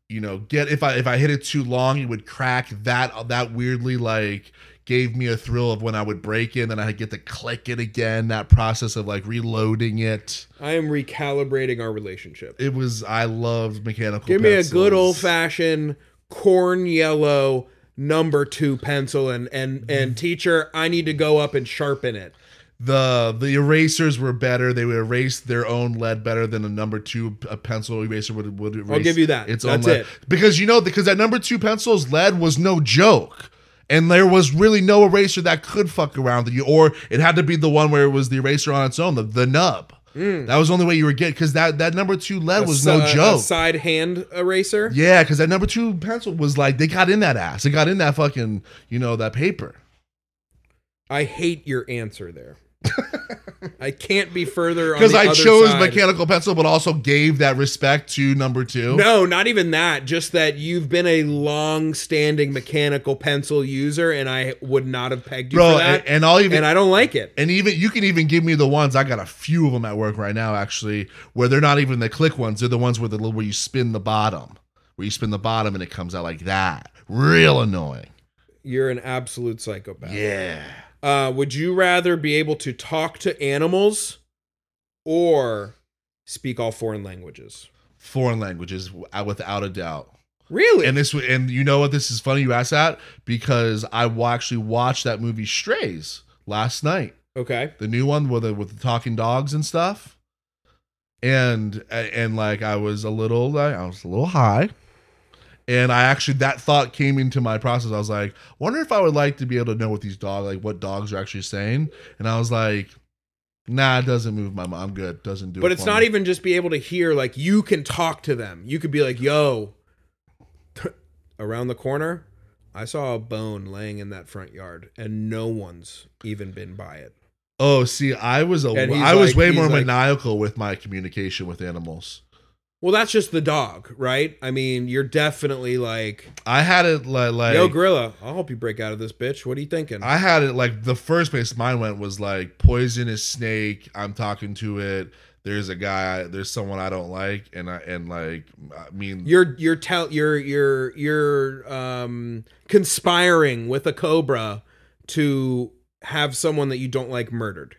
you know, get if I if I hit it too long, it would crack. That that weirdly like gave me a thrill of when I would break it, and then I get to click it again. That process of like reloading it.
I am recalibrating our relationship.
It was I loved mechanical.
Give me a good
pencils.
old fashioned corn yellow number two pencil and and
Mm.
and teacher, I need to go up and sharpen it.
the the erasers were better. They would erase their own lead better than a number two p- a pencil eraser would would erase.
give you that.
Its
That's
own lead.
it.
because you know because that number two pencil's lead was no joke, and there was really no eraser that could fuck around with you, or it had to be the one where it was the eraser on its own, the the nub. That was the only way you were getting because that that number two lead was no
Si-
joke.
Mm. A uh, side hand eraser.
yeah, because that number two pencil was like they got in that ass. It got in that fucking you know that paper.
I hate your answer there. I can't be further on
Because
the
I
other
chose
side.
mechanical pencil, but also gave that respect to number two.
No, not even that. Just that you've been a long-standing mechanical pencil user, and I would not have pegged you
bro,
for that.
and, and I'll even
and I don't like it.
and even you can even give me the ones I got a few of them at work right now actually where they're not even the click ones they're the ones where the little where you spin the bottom where you spin the bottom and it comes out like that real annoying
You're an absolute psychopath.
yeah
Uh, would you rather be able to talk to animals or speak all foreign languages?
foreign languages w- uh, without a doubt
Really?
and this w- and you know what this is funny you asked that because I wa- actually watched that movie Strays last night
okay.
the new one with the with the talking dogs and stuff and and like i was a little like i was a little high and i actually that thought came into my process i was like wonder if i would like to be able to know what these dog like what dogs are actually saying and i was like nah it doesn't move my mind i'm good doesn't do
But
it
it's
for
not
me.
even just be able to hear, like, you can talk to them. You could be like, yo, around the corner, I saw a bone laying in that front yard, and no one's even been by it.
oh see i was a
And he's
i was
like-
way
he's
more
like-
maniacal with my communication with animals
Well, that's just the dog, right? I mean, you're definitely like,
i had it like like
yo, gorilla, I'll help you break out of this bitch. What are you thinking?
I had it like the first place mine went was like poisonous snake. I'm talking to it. There's a guy. There's someone I don't like, and I and like I mean,
you're you're tell you're you're you're um conspiring with a cobra to have someone that you don't like murdered.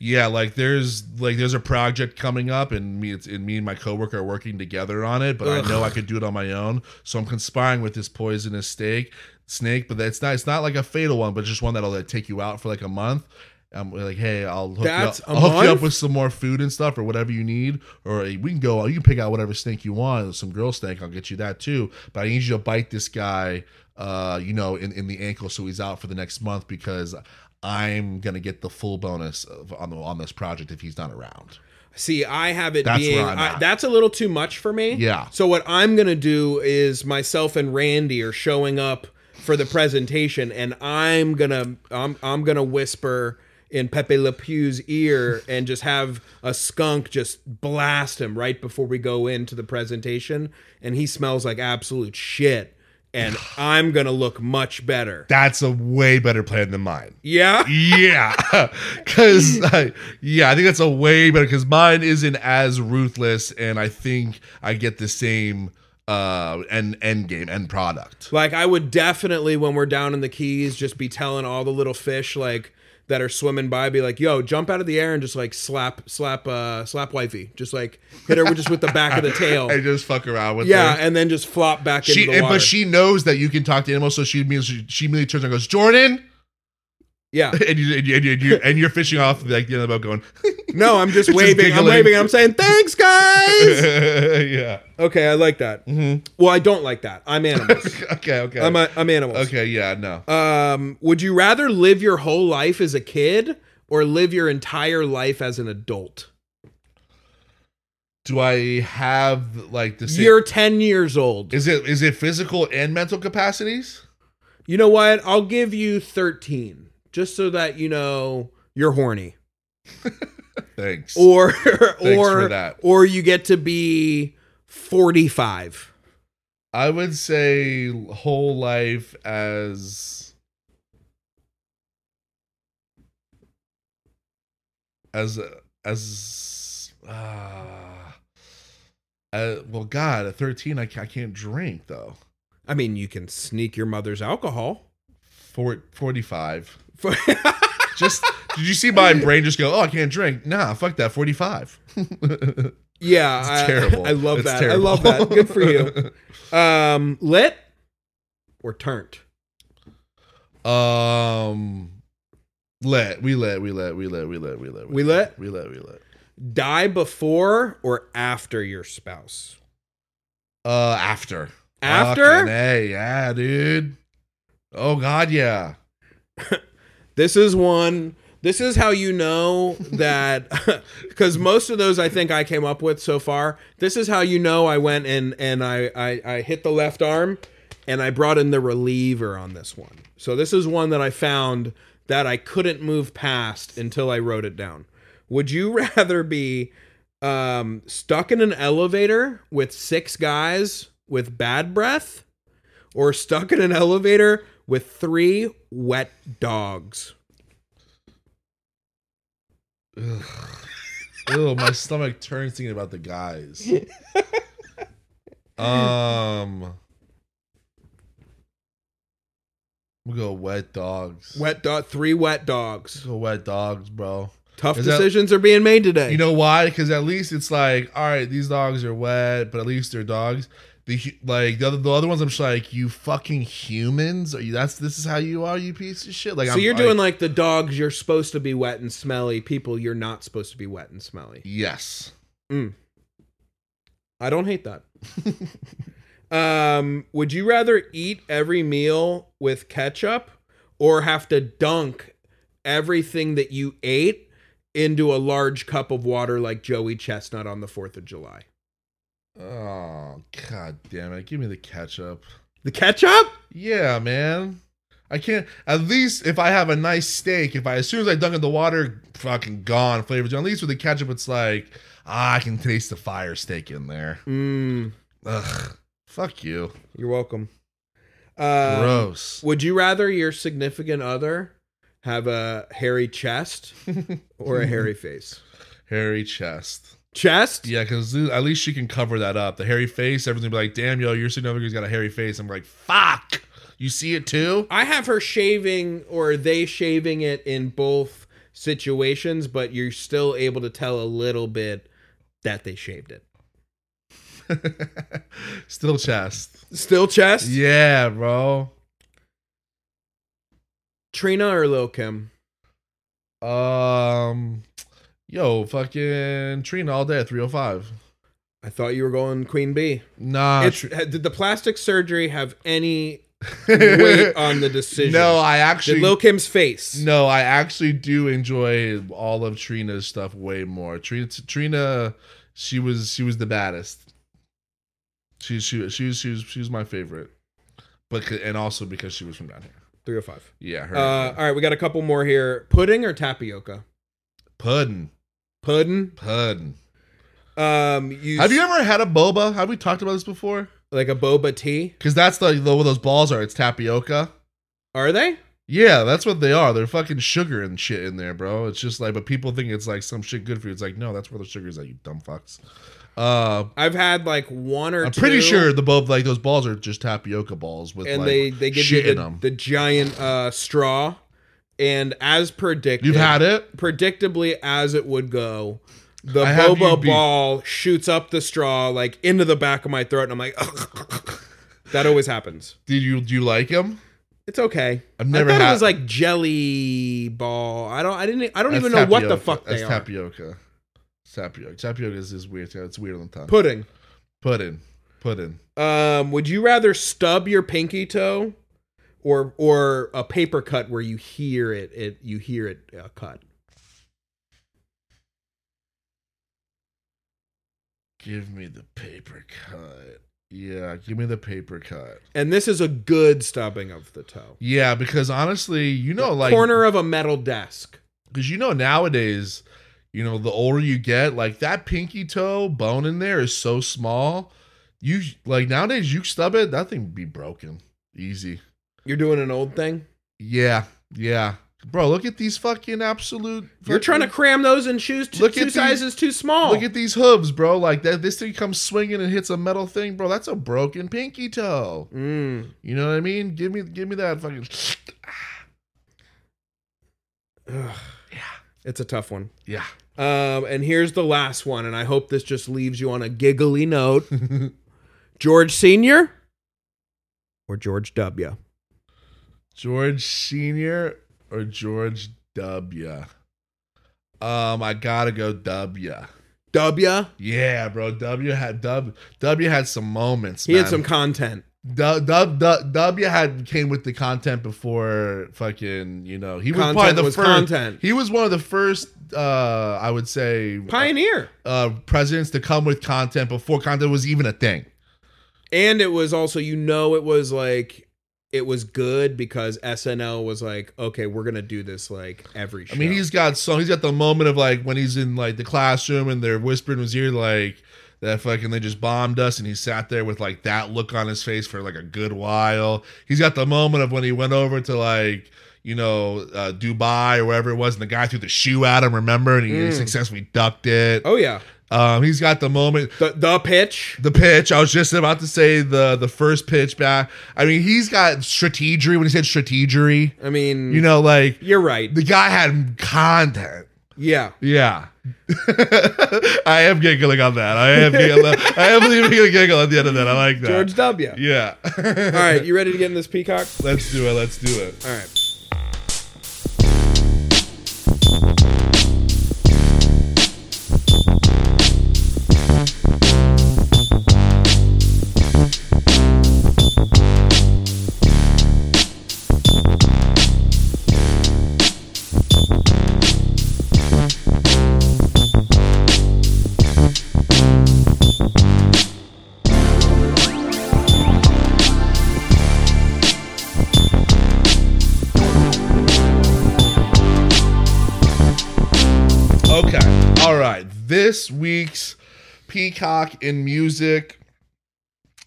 yeah, like there's like there's a project coming up, and me it's and me and my coworker are working together on it. But I know I could do it on my own, so I'm conspiring with this poisonous snake. Snake, but that's not it's not like a fatal one, but just one that'll like, take you out for like a month. I'm like, hey, I'll hook,
That's
you
a
up. I'll hook you up
month?
with some more food and stuff or whatever you need. Or we can go, you can pick out whatever snake you want. Some girl snake, I'll get you that too. But I need you to bite this guy, uh, you know, in, in the ankle so he's out for the next month because I'm going to get the full bonus of, on, the, on this project if he's not around.
See, I have it
That's
being
where I'm
I-
at.
that's a little too much for me.
Yeah.
So what I'm gonna do is myself and Randy are showing up for the presentation, and I'm gonna I'm I'm gonna whisper in Pepe Le Pew's ear and just have a skunk just blast him right before we go into the presentation, and he smells like absolute shit, and I'm gonna look much better.
That's a way better plan than mine.
Yeah.
yeah because yeah i think that's a way better because mine isn't as ruthless and i think i get the same uh end end game end product
Like I would definitely when we're down in the keys just be telling all the little fish like that are swimming by be like, "Yo, jump out of the air and just like slap slap uh slap wifey. Just like hit her with- just with the back of the tail."
i just fuck around with
Yeah,
her.
and then just flop back
she
into the
and,
water.
but she knows that you can talk to animals so she means she, she immediately turns and goes jordan
yeah.
and you and, you, and, you, and, you, and you're fishing off like the other boat going
No, I'm just
Just
waving. I'm
giggling.
waving. I'm saying, "Thanks, guys."
yeah
okay, I like that.
Mhm.
Well, I don't like that. I'm animals.
okay okay
I'm a, I'm animals.
okay yeah no
Um, would you rather live your whole life as a kid or live your entire life as an adult?
do i have like the same
You're 10 years old.
Is it is it physical and mental capacities?
You know what? I'll give you 13 just so that you know you're horny.
Thanks.
Or
Thanks for
or
that.
or you get to be 45.
I would say whole life as as as ah uh, well god at 13 I can't, I can't drink though
I mean, you can sneak your mother's alcohol.
Four, 45
For-
just did you see my brain just go oh I can't drink nah fuck that 45 it's
yeah, I,
terrible
I love
It's
that.
terrible.
I love that. Good for you. Um, lit or turnt.
Um, let we let we let we let we let we let
We let?
we let we let.
Die before or after your spouse.
Uh, after
After?
hey, yeah, dude. Oh God, yeah.
This is one. This is how you know that because most of those I think I came up with so far. This is how you know I went and and I, I I hit the left arm and I brought in the reliever on this one. So this is one that I found that I couldn't move past until I wrote it down. Would you rather be um, stuck in an elevator with six guys with bad breath, or stuck in an elevator with three wet dogs?
Ugh. Ew, my stomach turns thinking about the guys. um, we go wet dogs.
Wet dog, three wet
Let's
dogs.
go wet dogs, bro.
Tough
Is that-
decisions are being made today.
You know why? Because at least it's like, all right, these dogs are wet, but at least they're dogs. The hu- like the other, the other ones, I'm just like, you fucking humans. Are you? That's this is how you are, you piece of shit. Like,
so
I'm,
you're doing like the dogs you're supposed to be wet and smelly. People you're not supposed to be wet and smelly.
yes.
I don't hate that. um, would you rather eat every meal with ketchup or have to dunk everything that you ate into a large cup of water like Joey Chestnut on the 4th of July?
Oh god damn it! Give me the ketchup.
The ketchup?
Yeah, man. I can't. At least if I have a nice steak, if I as soon as I dunk in the water, fucking gone flavors. At least with the ketchup, it's like ah, I can taste the fire steak in there.
Mm,
Ugh, fuck you.
you're welcome. Uh,
Gross.
Would you rather your significant other have a hairy chest or a hairy face?
Hairy chest.
Chest?
Yeah, because at least she can cover that up. The hairy face, everything be like, damn, yo, your significant's got a hairy face. I'm like, fuck. You see it too?
I have her shaving or they shaving it in both situations, but you're still able to tell a little bit that they shaved it.
Still chest.
Still chest?
Yeah, bro.
Trina or Lil Kim?
Um, yo, fucking Trina all day at 305.
I thought you were going Queen B.
Nah.
It's,
Uh, Tr-
did the plastic surgery have any weight on the decision?
no, I
Did
actually.
Lil Kim's face?
No, I actually do enjoy all of Trina's stuff way more. Trina, Trina, she was she was the baddest. She she she was she was, she was my favorite, but c- and also because she was from down here.
305.
Yeah, her
Uh, all right, we got a couple more here. Pudding or tapioca?
puddin
Pudding.
puddin.
Um, you
Have you ever had a boba? Have we talked about this before?
like a boba tea?
Because that's the, the what those balls are. It's tapioca.
Are they?
Yeah, that's what they are. They're fucking sugar and shit in there, bro. It's just like, but people think it's like some shit good for you. It's like, no, that's where the sugar's at, you dumb fucks. Uh,
I've had like one or
I'm
two.
pretty sure the both like those balls are just tapioca balls with
and
like
they they give
shit
you
in
the,
them.
the giant uh, straw, and as predicted,
You've had it.
predictably as it would go, the
I have you
boba
beat.
ball shoots up the straw like into the back of my throat, and I'm like, that always happens.
Did you do you like them?
It's okay.
I've never
I thought
had-
it was like jelly ball. I don't. I didn't. I don't even know what the fuck they
that's
are.
tapioca. It's tapioca. Tapioca is, is weird. too. It's weird on top.
Pudding.
Pudding. Pudding.
Um, would you rather stub your pinky toe, or or a paper cut where you hear it? It you hear it uh, cut.
Give me the paper cut. Yeah, give me the paper cut.
And this is a good stubbing of the toe.
Yeah, because honestly, you know, like
Corner of a metal desk.
because you know nowadays, you know, the older you get, like that pinky toe bone in there is so small. You like nowadays, you stub it, that thing be broken easy.
You're doing an old thing.
Yeah, yeah, bro. Look at these fucking absolute.
You're trying to
fucking-
cram those in shoes t-
Look at
two
these-
sizes too small.
Look at these hooves, bro. Like that, this thing comes swinging and hits a metal thing, bro. That's a broken pinky toe.
Mm.
You know what I mean? Give me, give me that fucking.
Ugh. It's a tough one.
Yeah.
Um, and here's the last one, and I hope this just leaves you on a giggly note. George Senior or George W.
George Senior or George W. Um, I gotta go W.
W.
Yeah, bro. W had W. W had some moments.
He had
man.
some content.
Du- du- du- W had came with the content before fucking. You know, he was
Content
probably the
was
first.
content.
He was one of the first. Uh, I would say
Pioneer.
uh, presidents to come with content before content was even a thing.
And it was also, you know, it was like it was good because SNL was like, okay, we're gonna do this like every show.
I mean, he's got so he's got the moment of like when he's in like the classroom and they're whispering in his ear like that fucking they just bombed us and he sat there with like that look on his face for like a good while. He's got the moment of when he went over to like you know uh, Dubai or wherever it was and the guy threw the shoe at him. Remember and he
Mm.
successfully ducked it.
oh yeah,
Um, he's got the moment.
the the pitch.
The pitch. I was just about to say the the first pitch back. I mean, he's got strategery. When he said strategery,
I mean,
you know, like
you're right.
the guy had content.
Yeah,
Yeah. I am giggling on that. I am giggling. I am leaving a giggle at the end of that. I like that.
George W.
Yeah.
All right, you ready to get in this peacock?
Let's do it. Let's do it.
All right.
Okay. All right. This week's Peacock in Music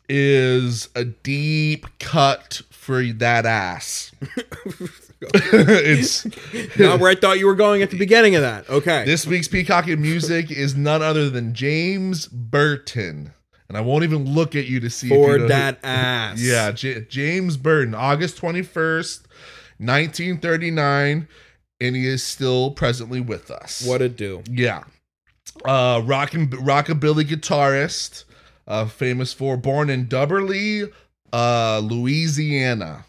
is a deep cut for that ass. it's
Not where I thought you were going at the beginning of that. Okay.
This week's Peacock in Music is none other than James Burton. And I won't even look at you to see
for
you know who-
that ass.
Yeah, J- James Burton, August 21st, 1939, and he is still presently with us.
What a do.
Yeah. Uh rock and rockabilly guitarist, uh famous for born in Dubberly, uh Louisiana,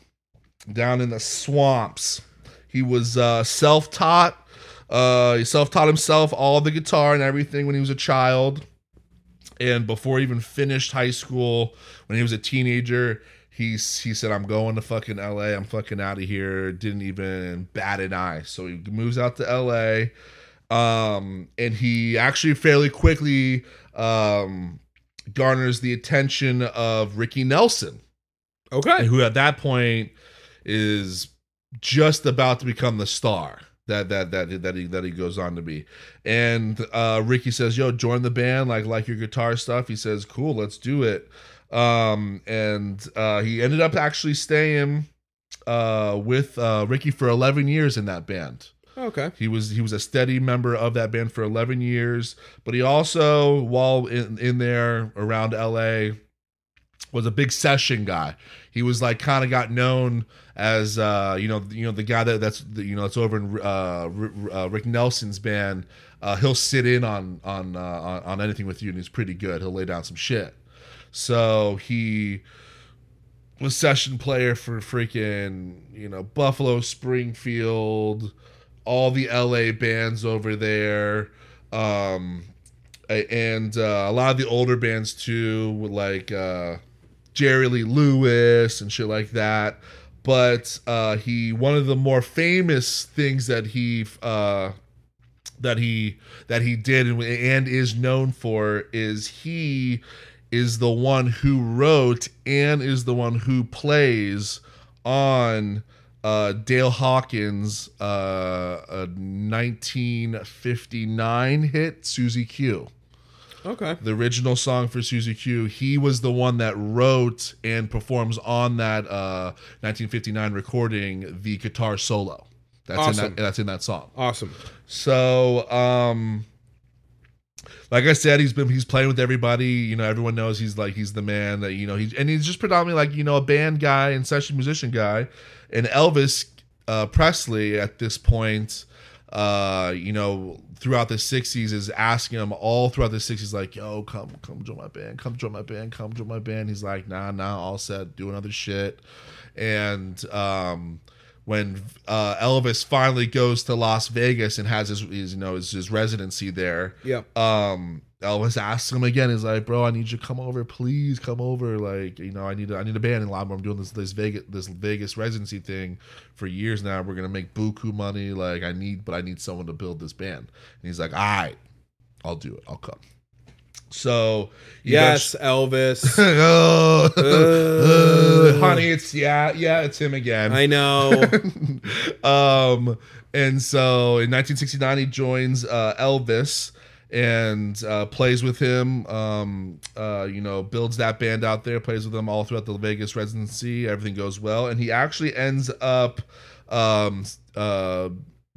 down in the swamps. He was uh self-taught. Uh he self-taught himself all the guitar and everything when he was a child. And before he even finished high school, when he was a teenager, he he said, "I'm going to fucking L.A. I'm fucking out of here." Didn't even bat an eye. So he moves out to L.A um, and he actually fairly quickly um, garners the attention of Ricky Nelson,
Okay.
who at that point is just about to become the star that that that that he that he goes on to be. And uh, Ricky says, "Yo, join the band, like like your guitar stuff." He says, "Cool, let's do it." Um, and uh, he ended up actually staying uh, with uh, Ricky for 11 years in that band.
Okay.
He was he was a steady member of that band for 11 years, but he also while in in there around LA was a big session guy. He was like kind of got known as uh you know you know the guy that that's the, you know it's over in uh, R- uh Rick Nelson's band. Uh, he'll sit in on on, uh, on on anything with you, and he's pretty good. He'll lay down some shit. So he was session player for freaking you know Buffalo, Springfield, all the LA bands over there, um, a- and uh, a lot of the older bands too, with, like uh, Jerry Lee Lewis and shit like that. But uh, he one of the more famous things that he uh, that he that he did and, and is known for is he is the one who wrote and is the one who plays on uh, Dale Hawkins' uh, a 1959 hit Susie Q.
Okay.
The original song for Susie Q. He was the one that wrote and performs on that uh, 1959 recording the guitar solo. That's in
Awesome.
that, that's in that song.
Awesome.
So, um, like I said, he's been he's playing with everybody. You know, everyone knows he's like he's the man that you know he's and he's just predominantly like you know a band guy and session musician guy. And Elvis uh, Presley at this point, uh, you know, throughout the '60s is asking him all throughout the '60s like, "Yo, come come join my band, come join my band, come join my band." He's like, "Nah, nah, all set, doing other shit." And um, when uh, Elvis finally goes to Las Vegas and has his, his you know his, his residency there,
Yep.
um Elvis asks him again. He's like, "Bro, I need you to come over, please come over. Like, you know, I need a, I need a band in Lobmore. I'm doing this this Vegas this Vegas residency thing for years now. We're gonna make buku money. Like, I need, but I need someone to build this band." And he's like, "All right, I'll do it. I'll come." So you got-
Yes, Elvis.
oh,
Ugh.
honey, it's yeah, yeah, it's him again
I know.
um, and so in 1969 he joins uh, Elvis and uh, plays with him. Um, uh, you know, builds that band out there, plays with them all throughout the Vegas residency. Everything goes well, and he actually ends up um, uh,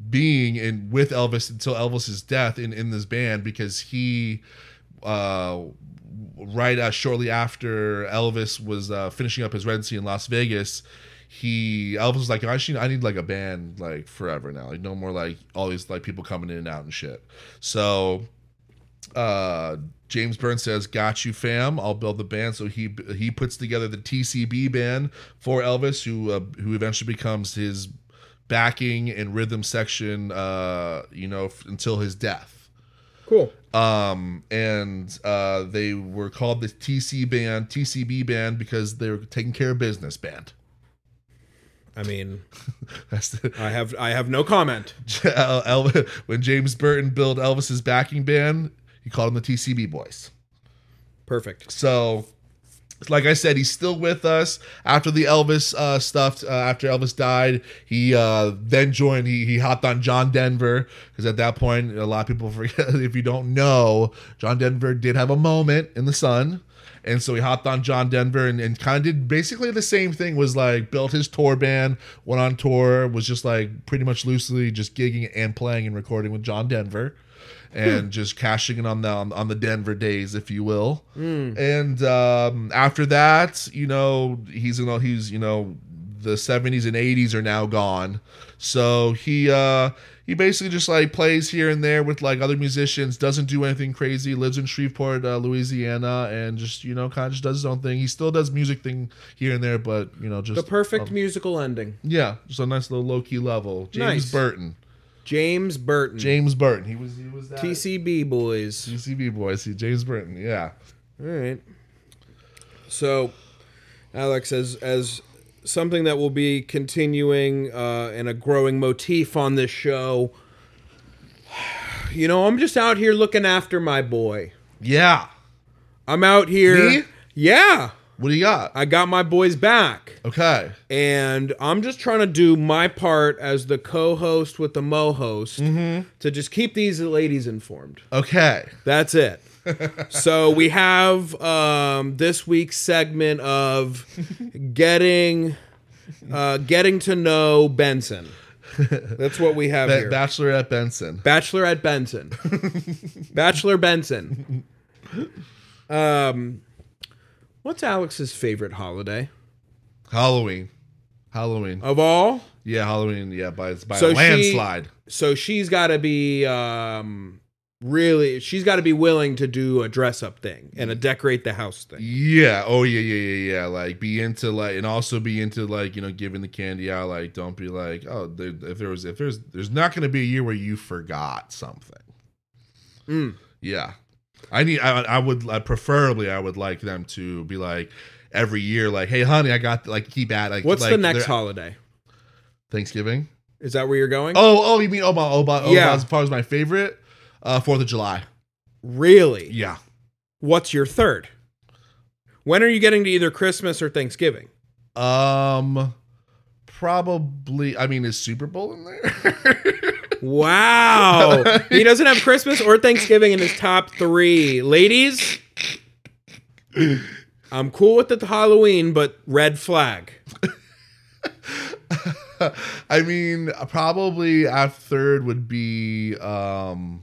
being in with Elvis until Elvis's death in in this band because he. Uh, right uh, shortly after Elvis was uh, finishing up his residency in Las Vegas, he Elvis was like, I should, I need like a band like forever now. Like no more like all these like people coming in and out and shit. So uh James Burns says, "Got you, fam. I'll build the band." So he he puts together the TCB band for Elvis, who uh, who eventually becomes his backing and rhythm section, uh, you know, f- until his death
Cool.
um and uh they were called the tc band tcb band because they were taking care of business band
I mean,
that's the
I have I have no comment.
El, El- when james burton built elvis's backing band he called them the tcb boys
Perfect.
So, like I said, he's still with us after the Elvis uh, stuff. Uh, after Elvis died, he uh, then joined. He, he hopped on John Denver because at that point, a lot of people forget. If you don't know, John Denver did have a moment in the sun. And so he hopped on John Denver and, and kind of did basically the same thing. Was like built his tour band, went on tour, was just like pretty much loosely just gigging and playing and recording with John Denver
Hmm.
and just cashing in on the on, on the Denver days, if you will.
Hmm.
And um, after that, you know, he's in all he's you know the seventies and eighties are now gone, so he uh, he basically just like plays here and there with like other musicians, doesn't do anything crazy, lives in Shreveport, uh, Louisiana, and just you know kind of just does his own thing. He still does music thing here and there, but you know just
The perfect musical ending.
yeah, just a nice little low key level. James
Nice.
Burton,
James Burton.
James Burton, he was he was that.
TCB boys.
UCB boys, see James Burton, yeah.
All right. So, Alex, as as something that will be continuing uh, and a growing motif on this show, you know, I'm just out here looking after my boy.
Yeah.
I'm out here.
Me?
Yeah,
What do you got?
I got my boys back,
Okay.
and I'm just trying to do my part as the co-host with the mo-host to just keep these ladies informed.
Okay.
That's it. so we have um, this week's segment of getting uh, getting to know Benson. That's what we have
Ba-
here.
Bachelorette Benson.
Bachelor at Benson. Bachelor Benson. Um, what's Alex's favorite holiday
Halloween. Halloween.
of all?
Yeah, Halloween. Yeah, by, by
So
a
she-
landslide.
So she's got to be um, really. She's got to be willing to do a dress up thing and a decorate the house thing.
yeah. Oh, yeah, yeah, yeah, yeah. Like, be into, like, and also be into, like, you know, giving the candy out. Like, don't be like, oh, there, if there was, if there's, there's not going to be a year where you forgot something.
Mm.
Yeah. I need, I, I would, I preferably, I would like them to be like, every year, like, hey, honey, I got, like, keep at, like,
What's
like,
the next
they're-
holiday?
Thanksgiving?
Is that where you're going?
Oh, oh, you mean oh my, oh my, oh
Yeah.
my, as far as my favorite, uh, Fourth of July.
really?
Yeah,
What's your third? When are you getting to either Christmas or Thanksgiving?
Um, probably. I mean, is Super Bowl in there?
Wow. he doesn't have Christmas or Thanksgiving in his top three. Ladies, I'm cool with the Halloween, but red flag.
I mean, probably after third would be um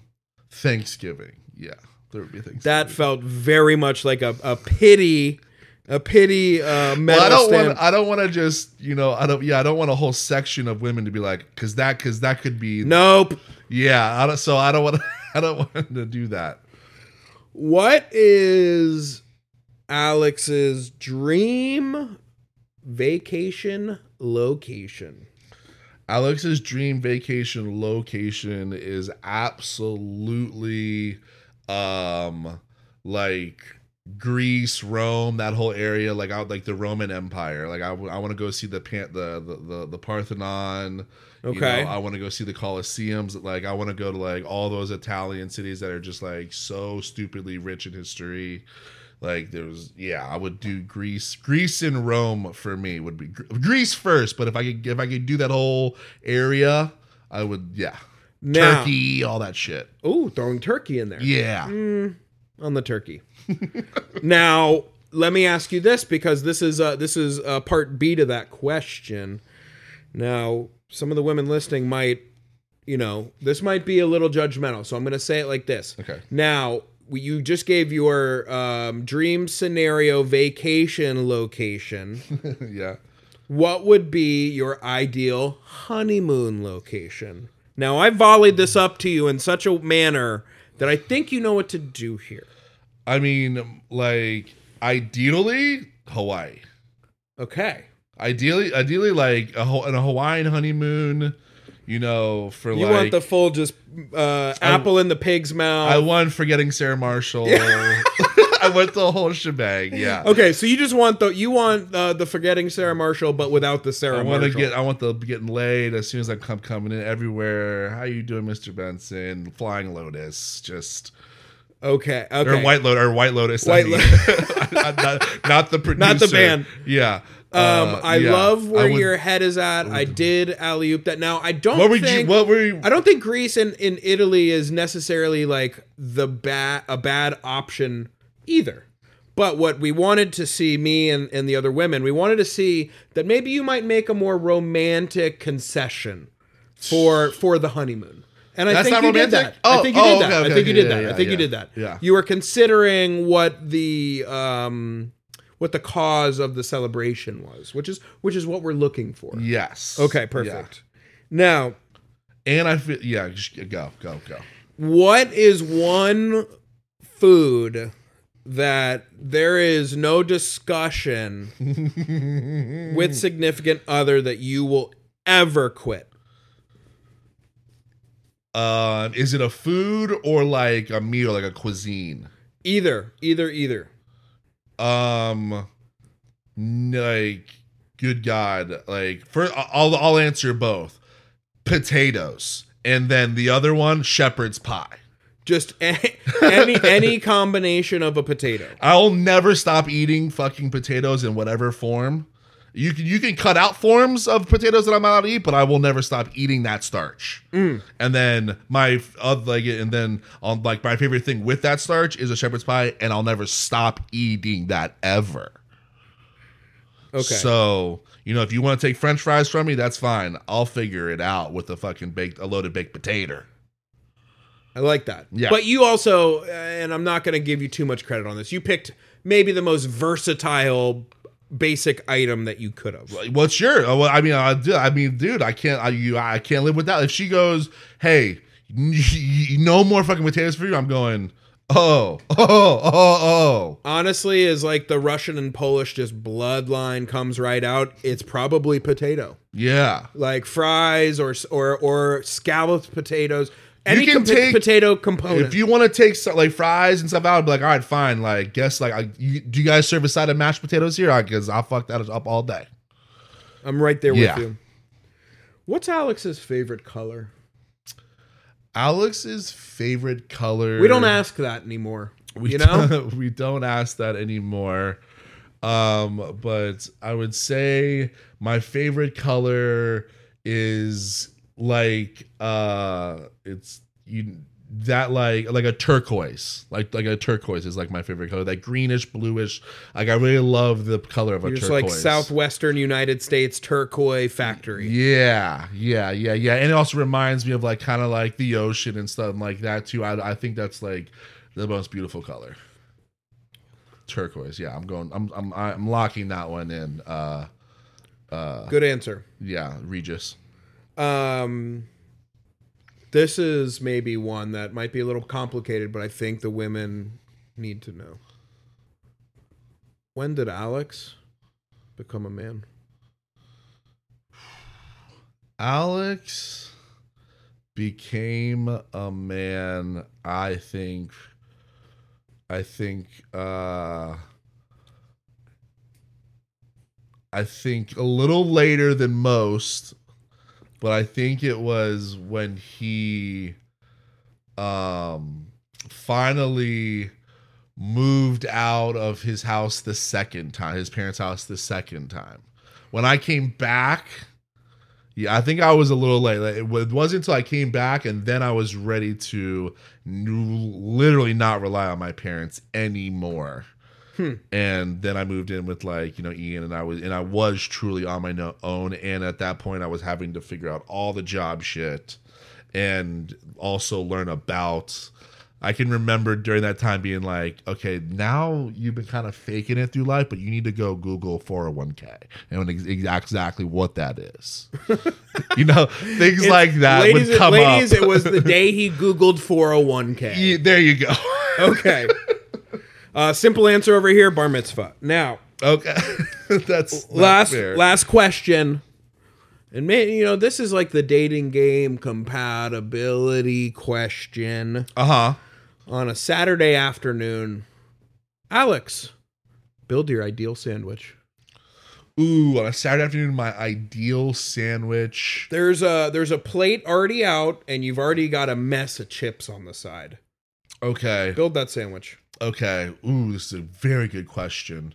Thanksgiving. Yeah, there would be Thanksgiving.
That felt very much like a, a pity, a pity uh, medal
well, I don't
stamp.
want. I don't want to just you know. I don't. Yeah, I don't want a whole section of women to be like because that because that could be.
nope.
Yeah, I don't. So I don't want. I don't want to do that.
What is Alex's dream vacation location?
Alex's dream vacation location is absolutely um like Greece, Rome, that whole area, like out like the Roman Empire. Like I, want to go see the pan the the the, the Parthenon. you
Okay.
know, I want to go see the Colosseums. Like I want to go to like all those Italian cities that are just like so stupidly rich in history. Like there's yeah, I would do Greece, Greece and Rome for me would be Gr- Greece first. But if I could if I could do that whole area, I would yeah,
Now,
Turkey, all that shit.
Ooh, throwing turkey in there.
Yeah,
Mm, on the turkey. now, let me ask you this because this is uh, this is uh, part B to that question. Now, some of the women listening might, you know, this might be a little judgmental, so I'm going to say it like this.
Okay.
Now, we- you just gave your um, dream scenario vacation location.
yeah.
what would be your ideal honeymoon location? Now, I volleyed this up to you in such a manner that I think you know what to do here.
I mean, like ideally Hawaii.
Okay.
Ideally, ideally like a ho- in a Hawaiian honeymoon. You know, for
You
like
want the full just uh, apple in the pig's
I
mouth.
won forgetting Sarah Marshall. I went the whole shebang. Yeah.
okay, so you just want the you want uh, the forgetting Sarah Marshall, but without the Sarah
I want to
Marshall.
get. I want the getting laid as soon as I come coming in everywhere. How you doing, Mister Benson? Flying Lotus, just
okay, okay.
or White Lotus or White Lotus.
White
Lo- not, not the producer.
Not the band.
Yeah.
um,
Uh,
I
yeah.
love where
I would-
your head is at. I did alley oop that. Now I don't.
What were you?
think,
What were you?
I don't think Greece and in Italy is necessarily like the bad a bad option either. But what we wanted to see, me and, and the other women, we wanted to see that maybe you might make a more romantic concession for for the honeymoon. And I
That's
think
not
you did
romantic?
that.
Oh,
I think you
oh,
did that.
okay, okay,
I think you
okay,
did
yeah,
that.
yeah,
I think
yeah.
you did that.
Yeah.
You were considering what the um what the cause of the celebration was, which is which is what we're looking for.
Yes.
Okay, perfect. Now,
Yeah. And I feel. Yeah. sh- Go. Go. Go.
What is one food that there is no discussion with significant other that you will ever quit?
Um, is it a food or like a meal, like a cuisine?
Either, either, either.
Um, n- like, good God, like for I'll I'll answer both. Potatoes, and then the other one, shepherd's pie.
Just a- any any combination of a potato.
I'll never stop eating fucking potatoes in whatever form. You can you can cut out forms of potatoes that I'm allowed to eat, but I will never stop eating that starch. And then my f- other like, and then on like my favorite thing with that starch is a shepherd's pie, and I'll never stop eating that ever.
Okay.
So you know, if you want to take French fries from me, that's fine. I'll figure it out with a fucking baked, a loaded baked potato.
I like that.
Yeah.
But you also, uh, and I'm not going to give you too much credit on this. You picked maybe the most versatile basic item that you could have.
Like, What's your? uh, Well, I mean, I do. I mean, dude, I can't. I you, I can't live without. If she goes, hey, n- no more fucking potatoes for you. I'm going. Oh, oh, oh,
honestly is like the Russian and Polish just bloodline comes right out. It's probably potato,
oh, yeah.
like fries or or or scalloped potatoes. Any
can
com-
take-
potato component.
If you want to take some, like fries and stuff out, I'd be like, all right, fine. Like, guess like, I, you, do you guys serve a side of mashed potatoes here? Because I'll fuck that up all day.
I'm right there
Yeah.
with you. What's Alex's favorite color?
Alex's favorite color.
We don't ask that anymore.
We
you know,
don't- we don't ask that anymore. Um, but I would say my favorite color is like uh it's you that like like a turquoise like like a turquoise is like my favorite color that greenish bluish like i really love the color of a
You're just
turquoise
like southwestern United States turquoise factory.
yeah, yeah, yeah, yeah. And it also reminds me of like kind of like the ocean and stuff like that too. I, I think that's like the most beautiful color. Turquoise. Yeah, I'm going. I'm I'm I'm locking that one in. Uh,
Good answer.
yeah, Regis.
Um, this is maybe one that might be a little complicated, but I think the women need to know. When did Alex become a man?
Alex became a man. I think. I think. uh I think a little later than most, but I think it was when he um finally moved out of his house the second time, his parents' house the second time. When I came back, yeah, I think I was a little late. Like, It wa- it wasn't until I came back and then I was ready to n- literally not rely on my parents anymore. And then I moved in with like you know Ian and I was and I was truly on my no- own. And at that point, I was having to figure out all the job shit and also learn about. I can remember during that time being like, okay, now you've been kind of faking it through life, but you need to go Google 401k and ex- exactly what that is. you know, things like that
ladies,
would come
ladies,
up.
it was the day he Googled 401k.
Yeah, there you go.
Okay. Uh, simple answer over here, bar mitzvah. Now,
okay, that's not
last
fair.
last question and maybe you know this is like the dating game compatibility question
Uh huh.
on a saturday afternoon alex build your ideal sandwich
Ooh, on a Saturday afternoon, my ideal sandwich.
there's a there's a plate already out and you've already got a mess of chips on the side
Okay,
build that sandwich
okay. Ooh, this is a very good question.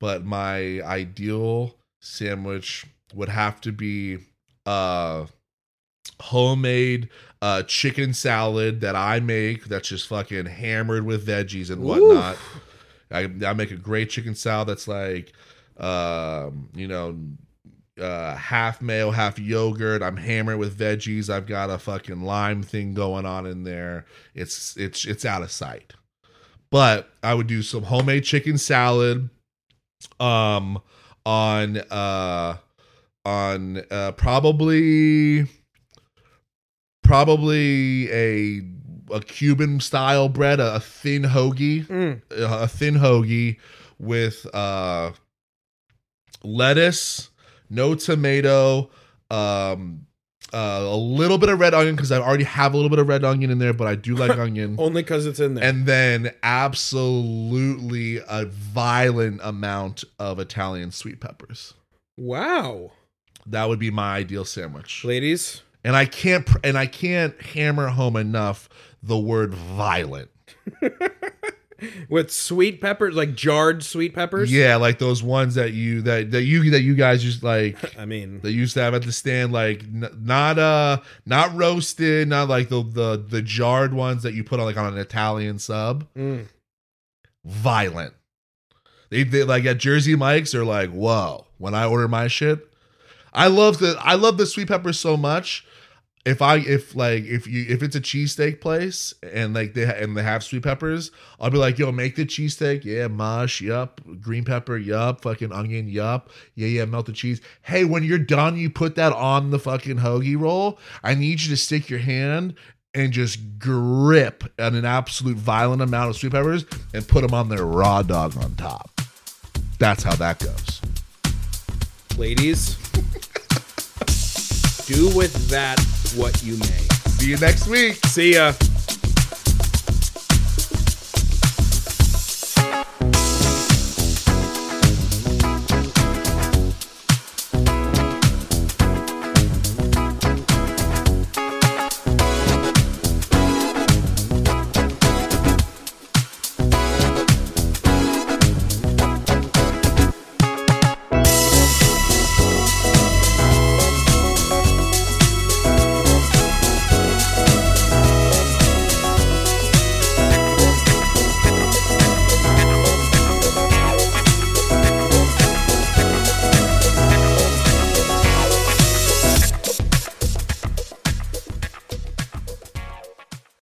But my ideal sandwich would have to be uh homemade uh chicken salad that I make that's just fucking hammered with veggies and whatnot. I, I make a great chicken salad that's like um, you know, uh, half mayo, half yogurt. I'm hammering with veggies. I've got a fucking lime thing going on in there. It's it's it's out of sight. But I would do some homemade chicken salad um on uh on uh probably probably a a Cuban style bread, a, a thin hoagie uh,
Mm,
a thin hoagie with uh lettuce, no tomato, um uh, a little bit of red onion because I already have a little bit of red onion in there, but I do like onion.
only because it's in there
And then absolutely a violent amount of Italian sweet peppers.
wow
That would be my ideal sandwich.
ladies
And I can't pr- and I can't hammer home enough the word violent.
with sweet peppers like jarred sweet peppers
Yeah, like those ones that you that that you that you guys just like
i mean
They used to have at the stand like n- not uh not roasted, not like the the the jarred ones that you put on like on an Italian sub.
mm.
Violent. They, they like at Jersey Mike's are like, whoa. When I order my shit, I love the I love the sweet pepper so much. If I if like if you if it's a cheesesteak place and like they ha- and they have sweet peppers, I'll be like, yo, make the cheesesteak, yeah, mush, yup, green pepper, yup, fucking onion, yup, yeah, yeah, melted cheese. Hey, when you're done, you put that on the fucking hoagie roll. I need you to stick your hand and just grip at an absolute violent amount of sweet peppers and put them on their raw dog on top. That's how that goes.
ladies do with that what you may
See you next week.
see ya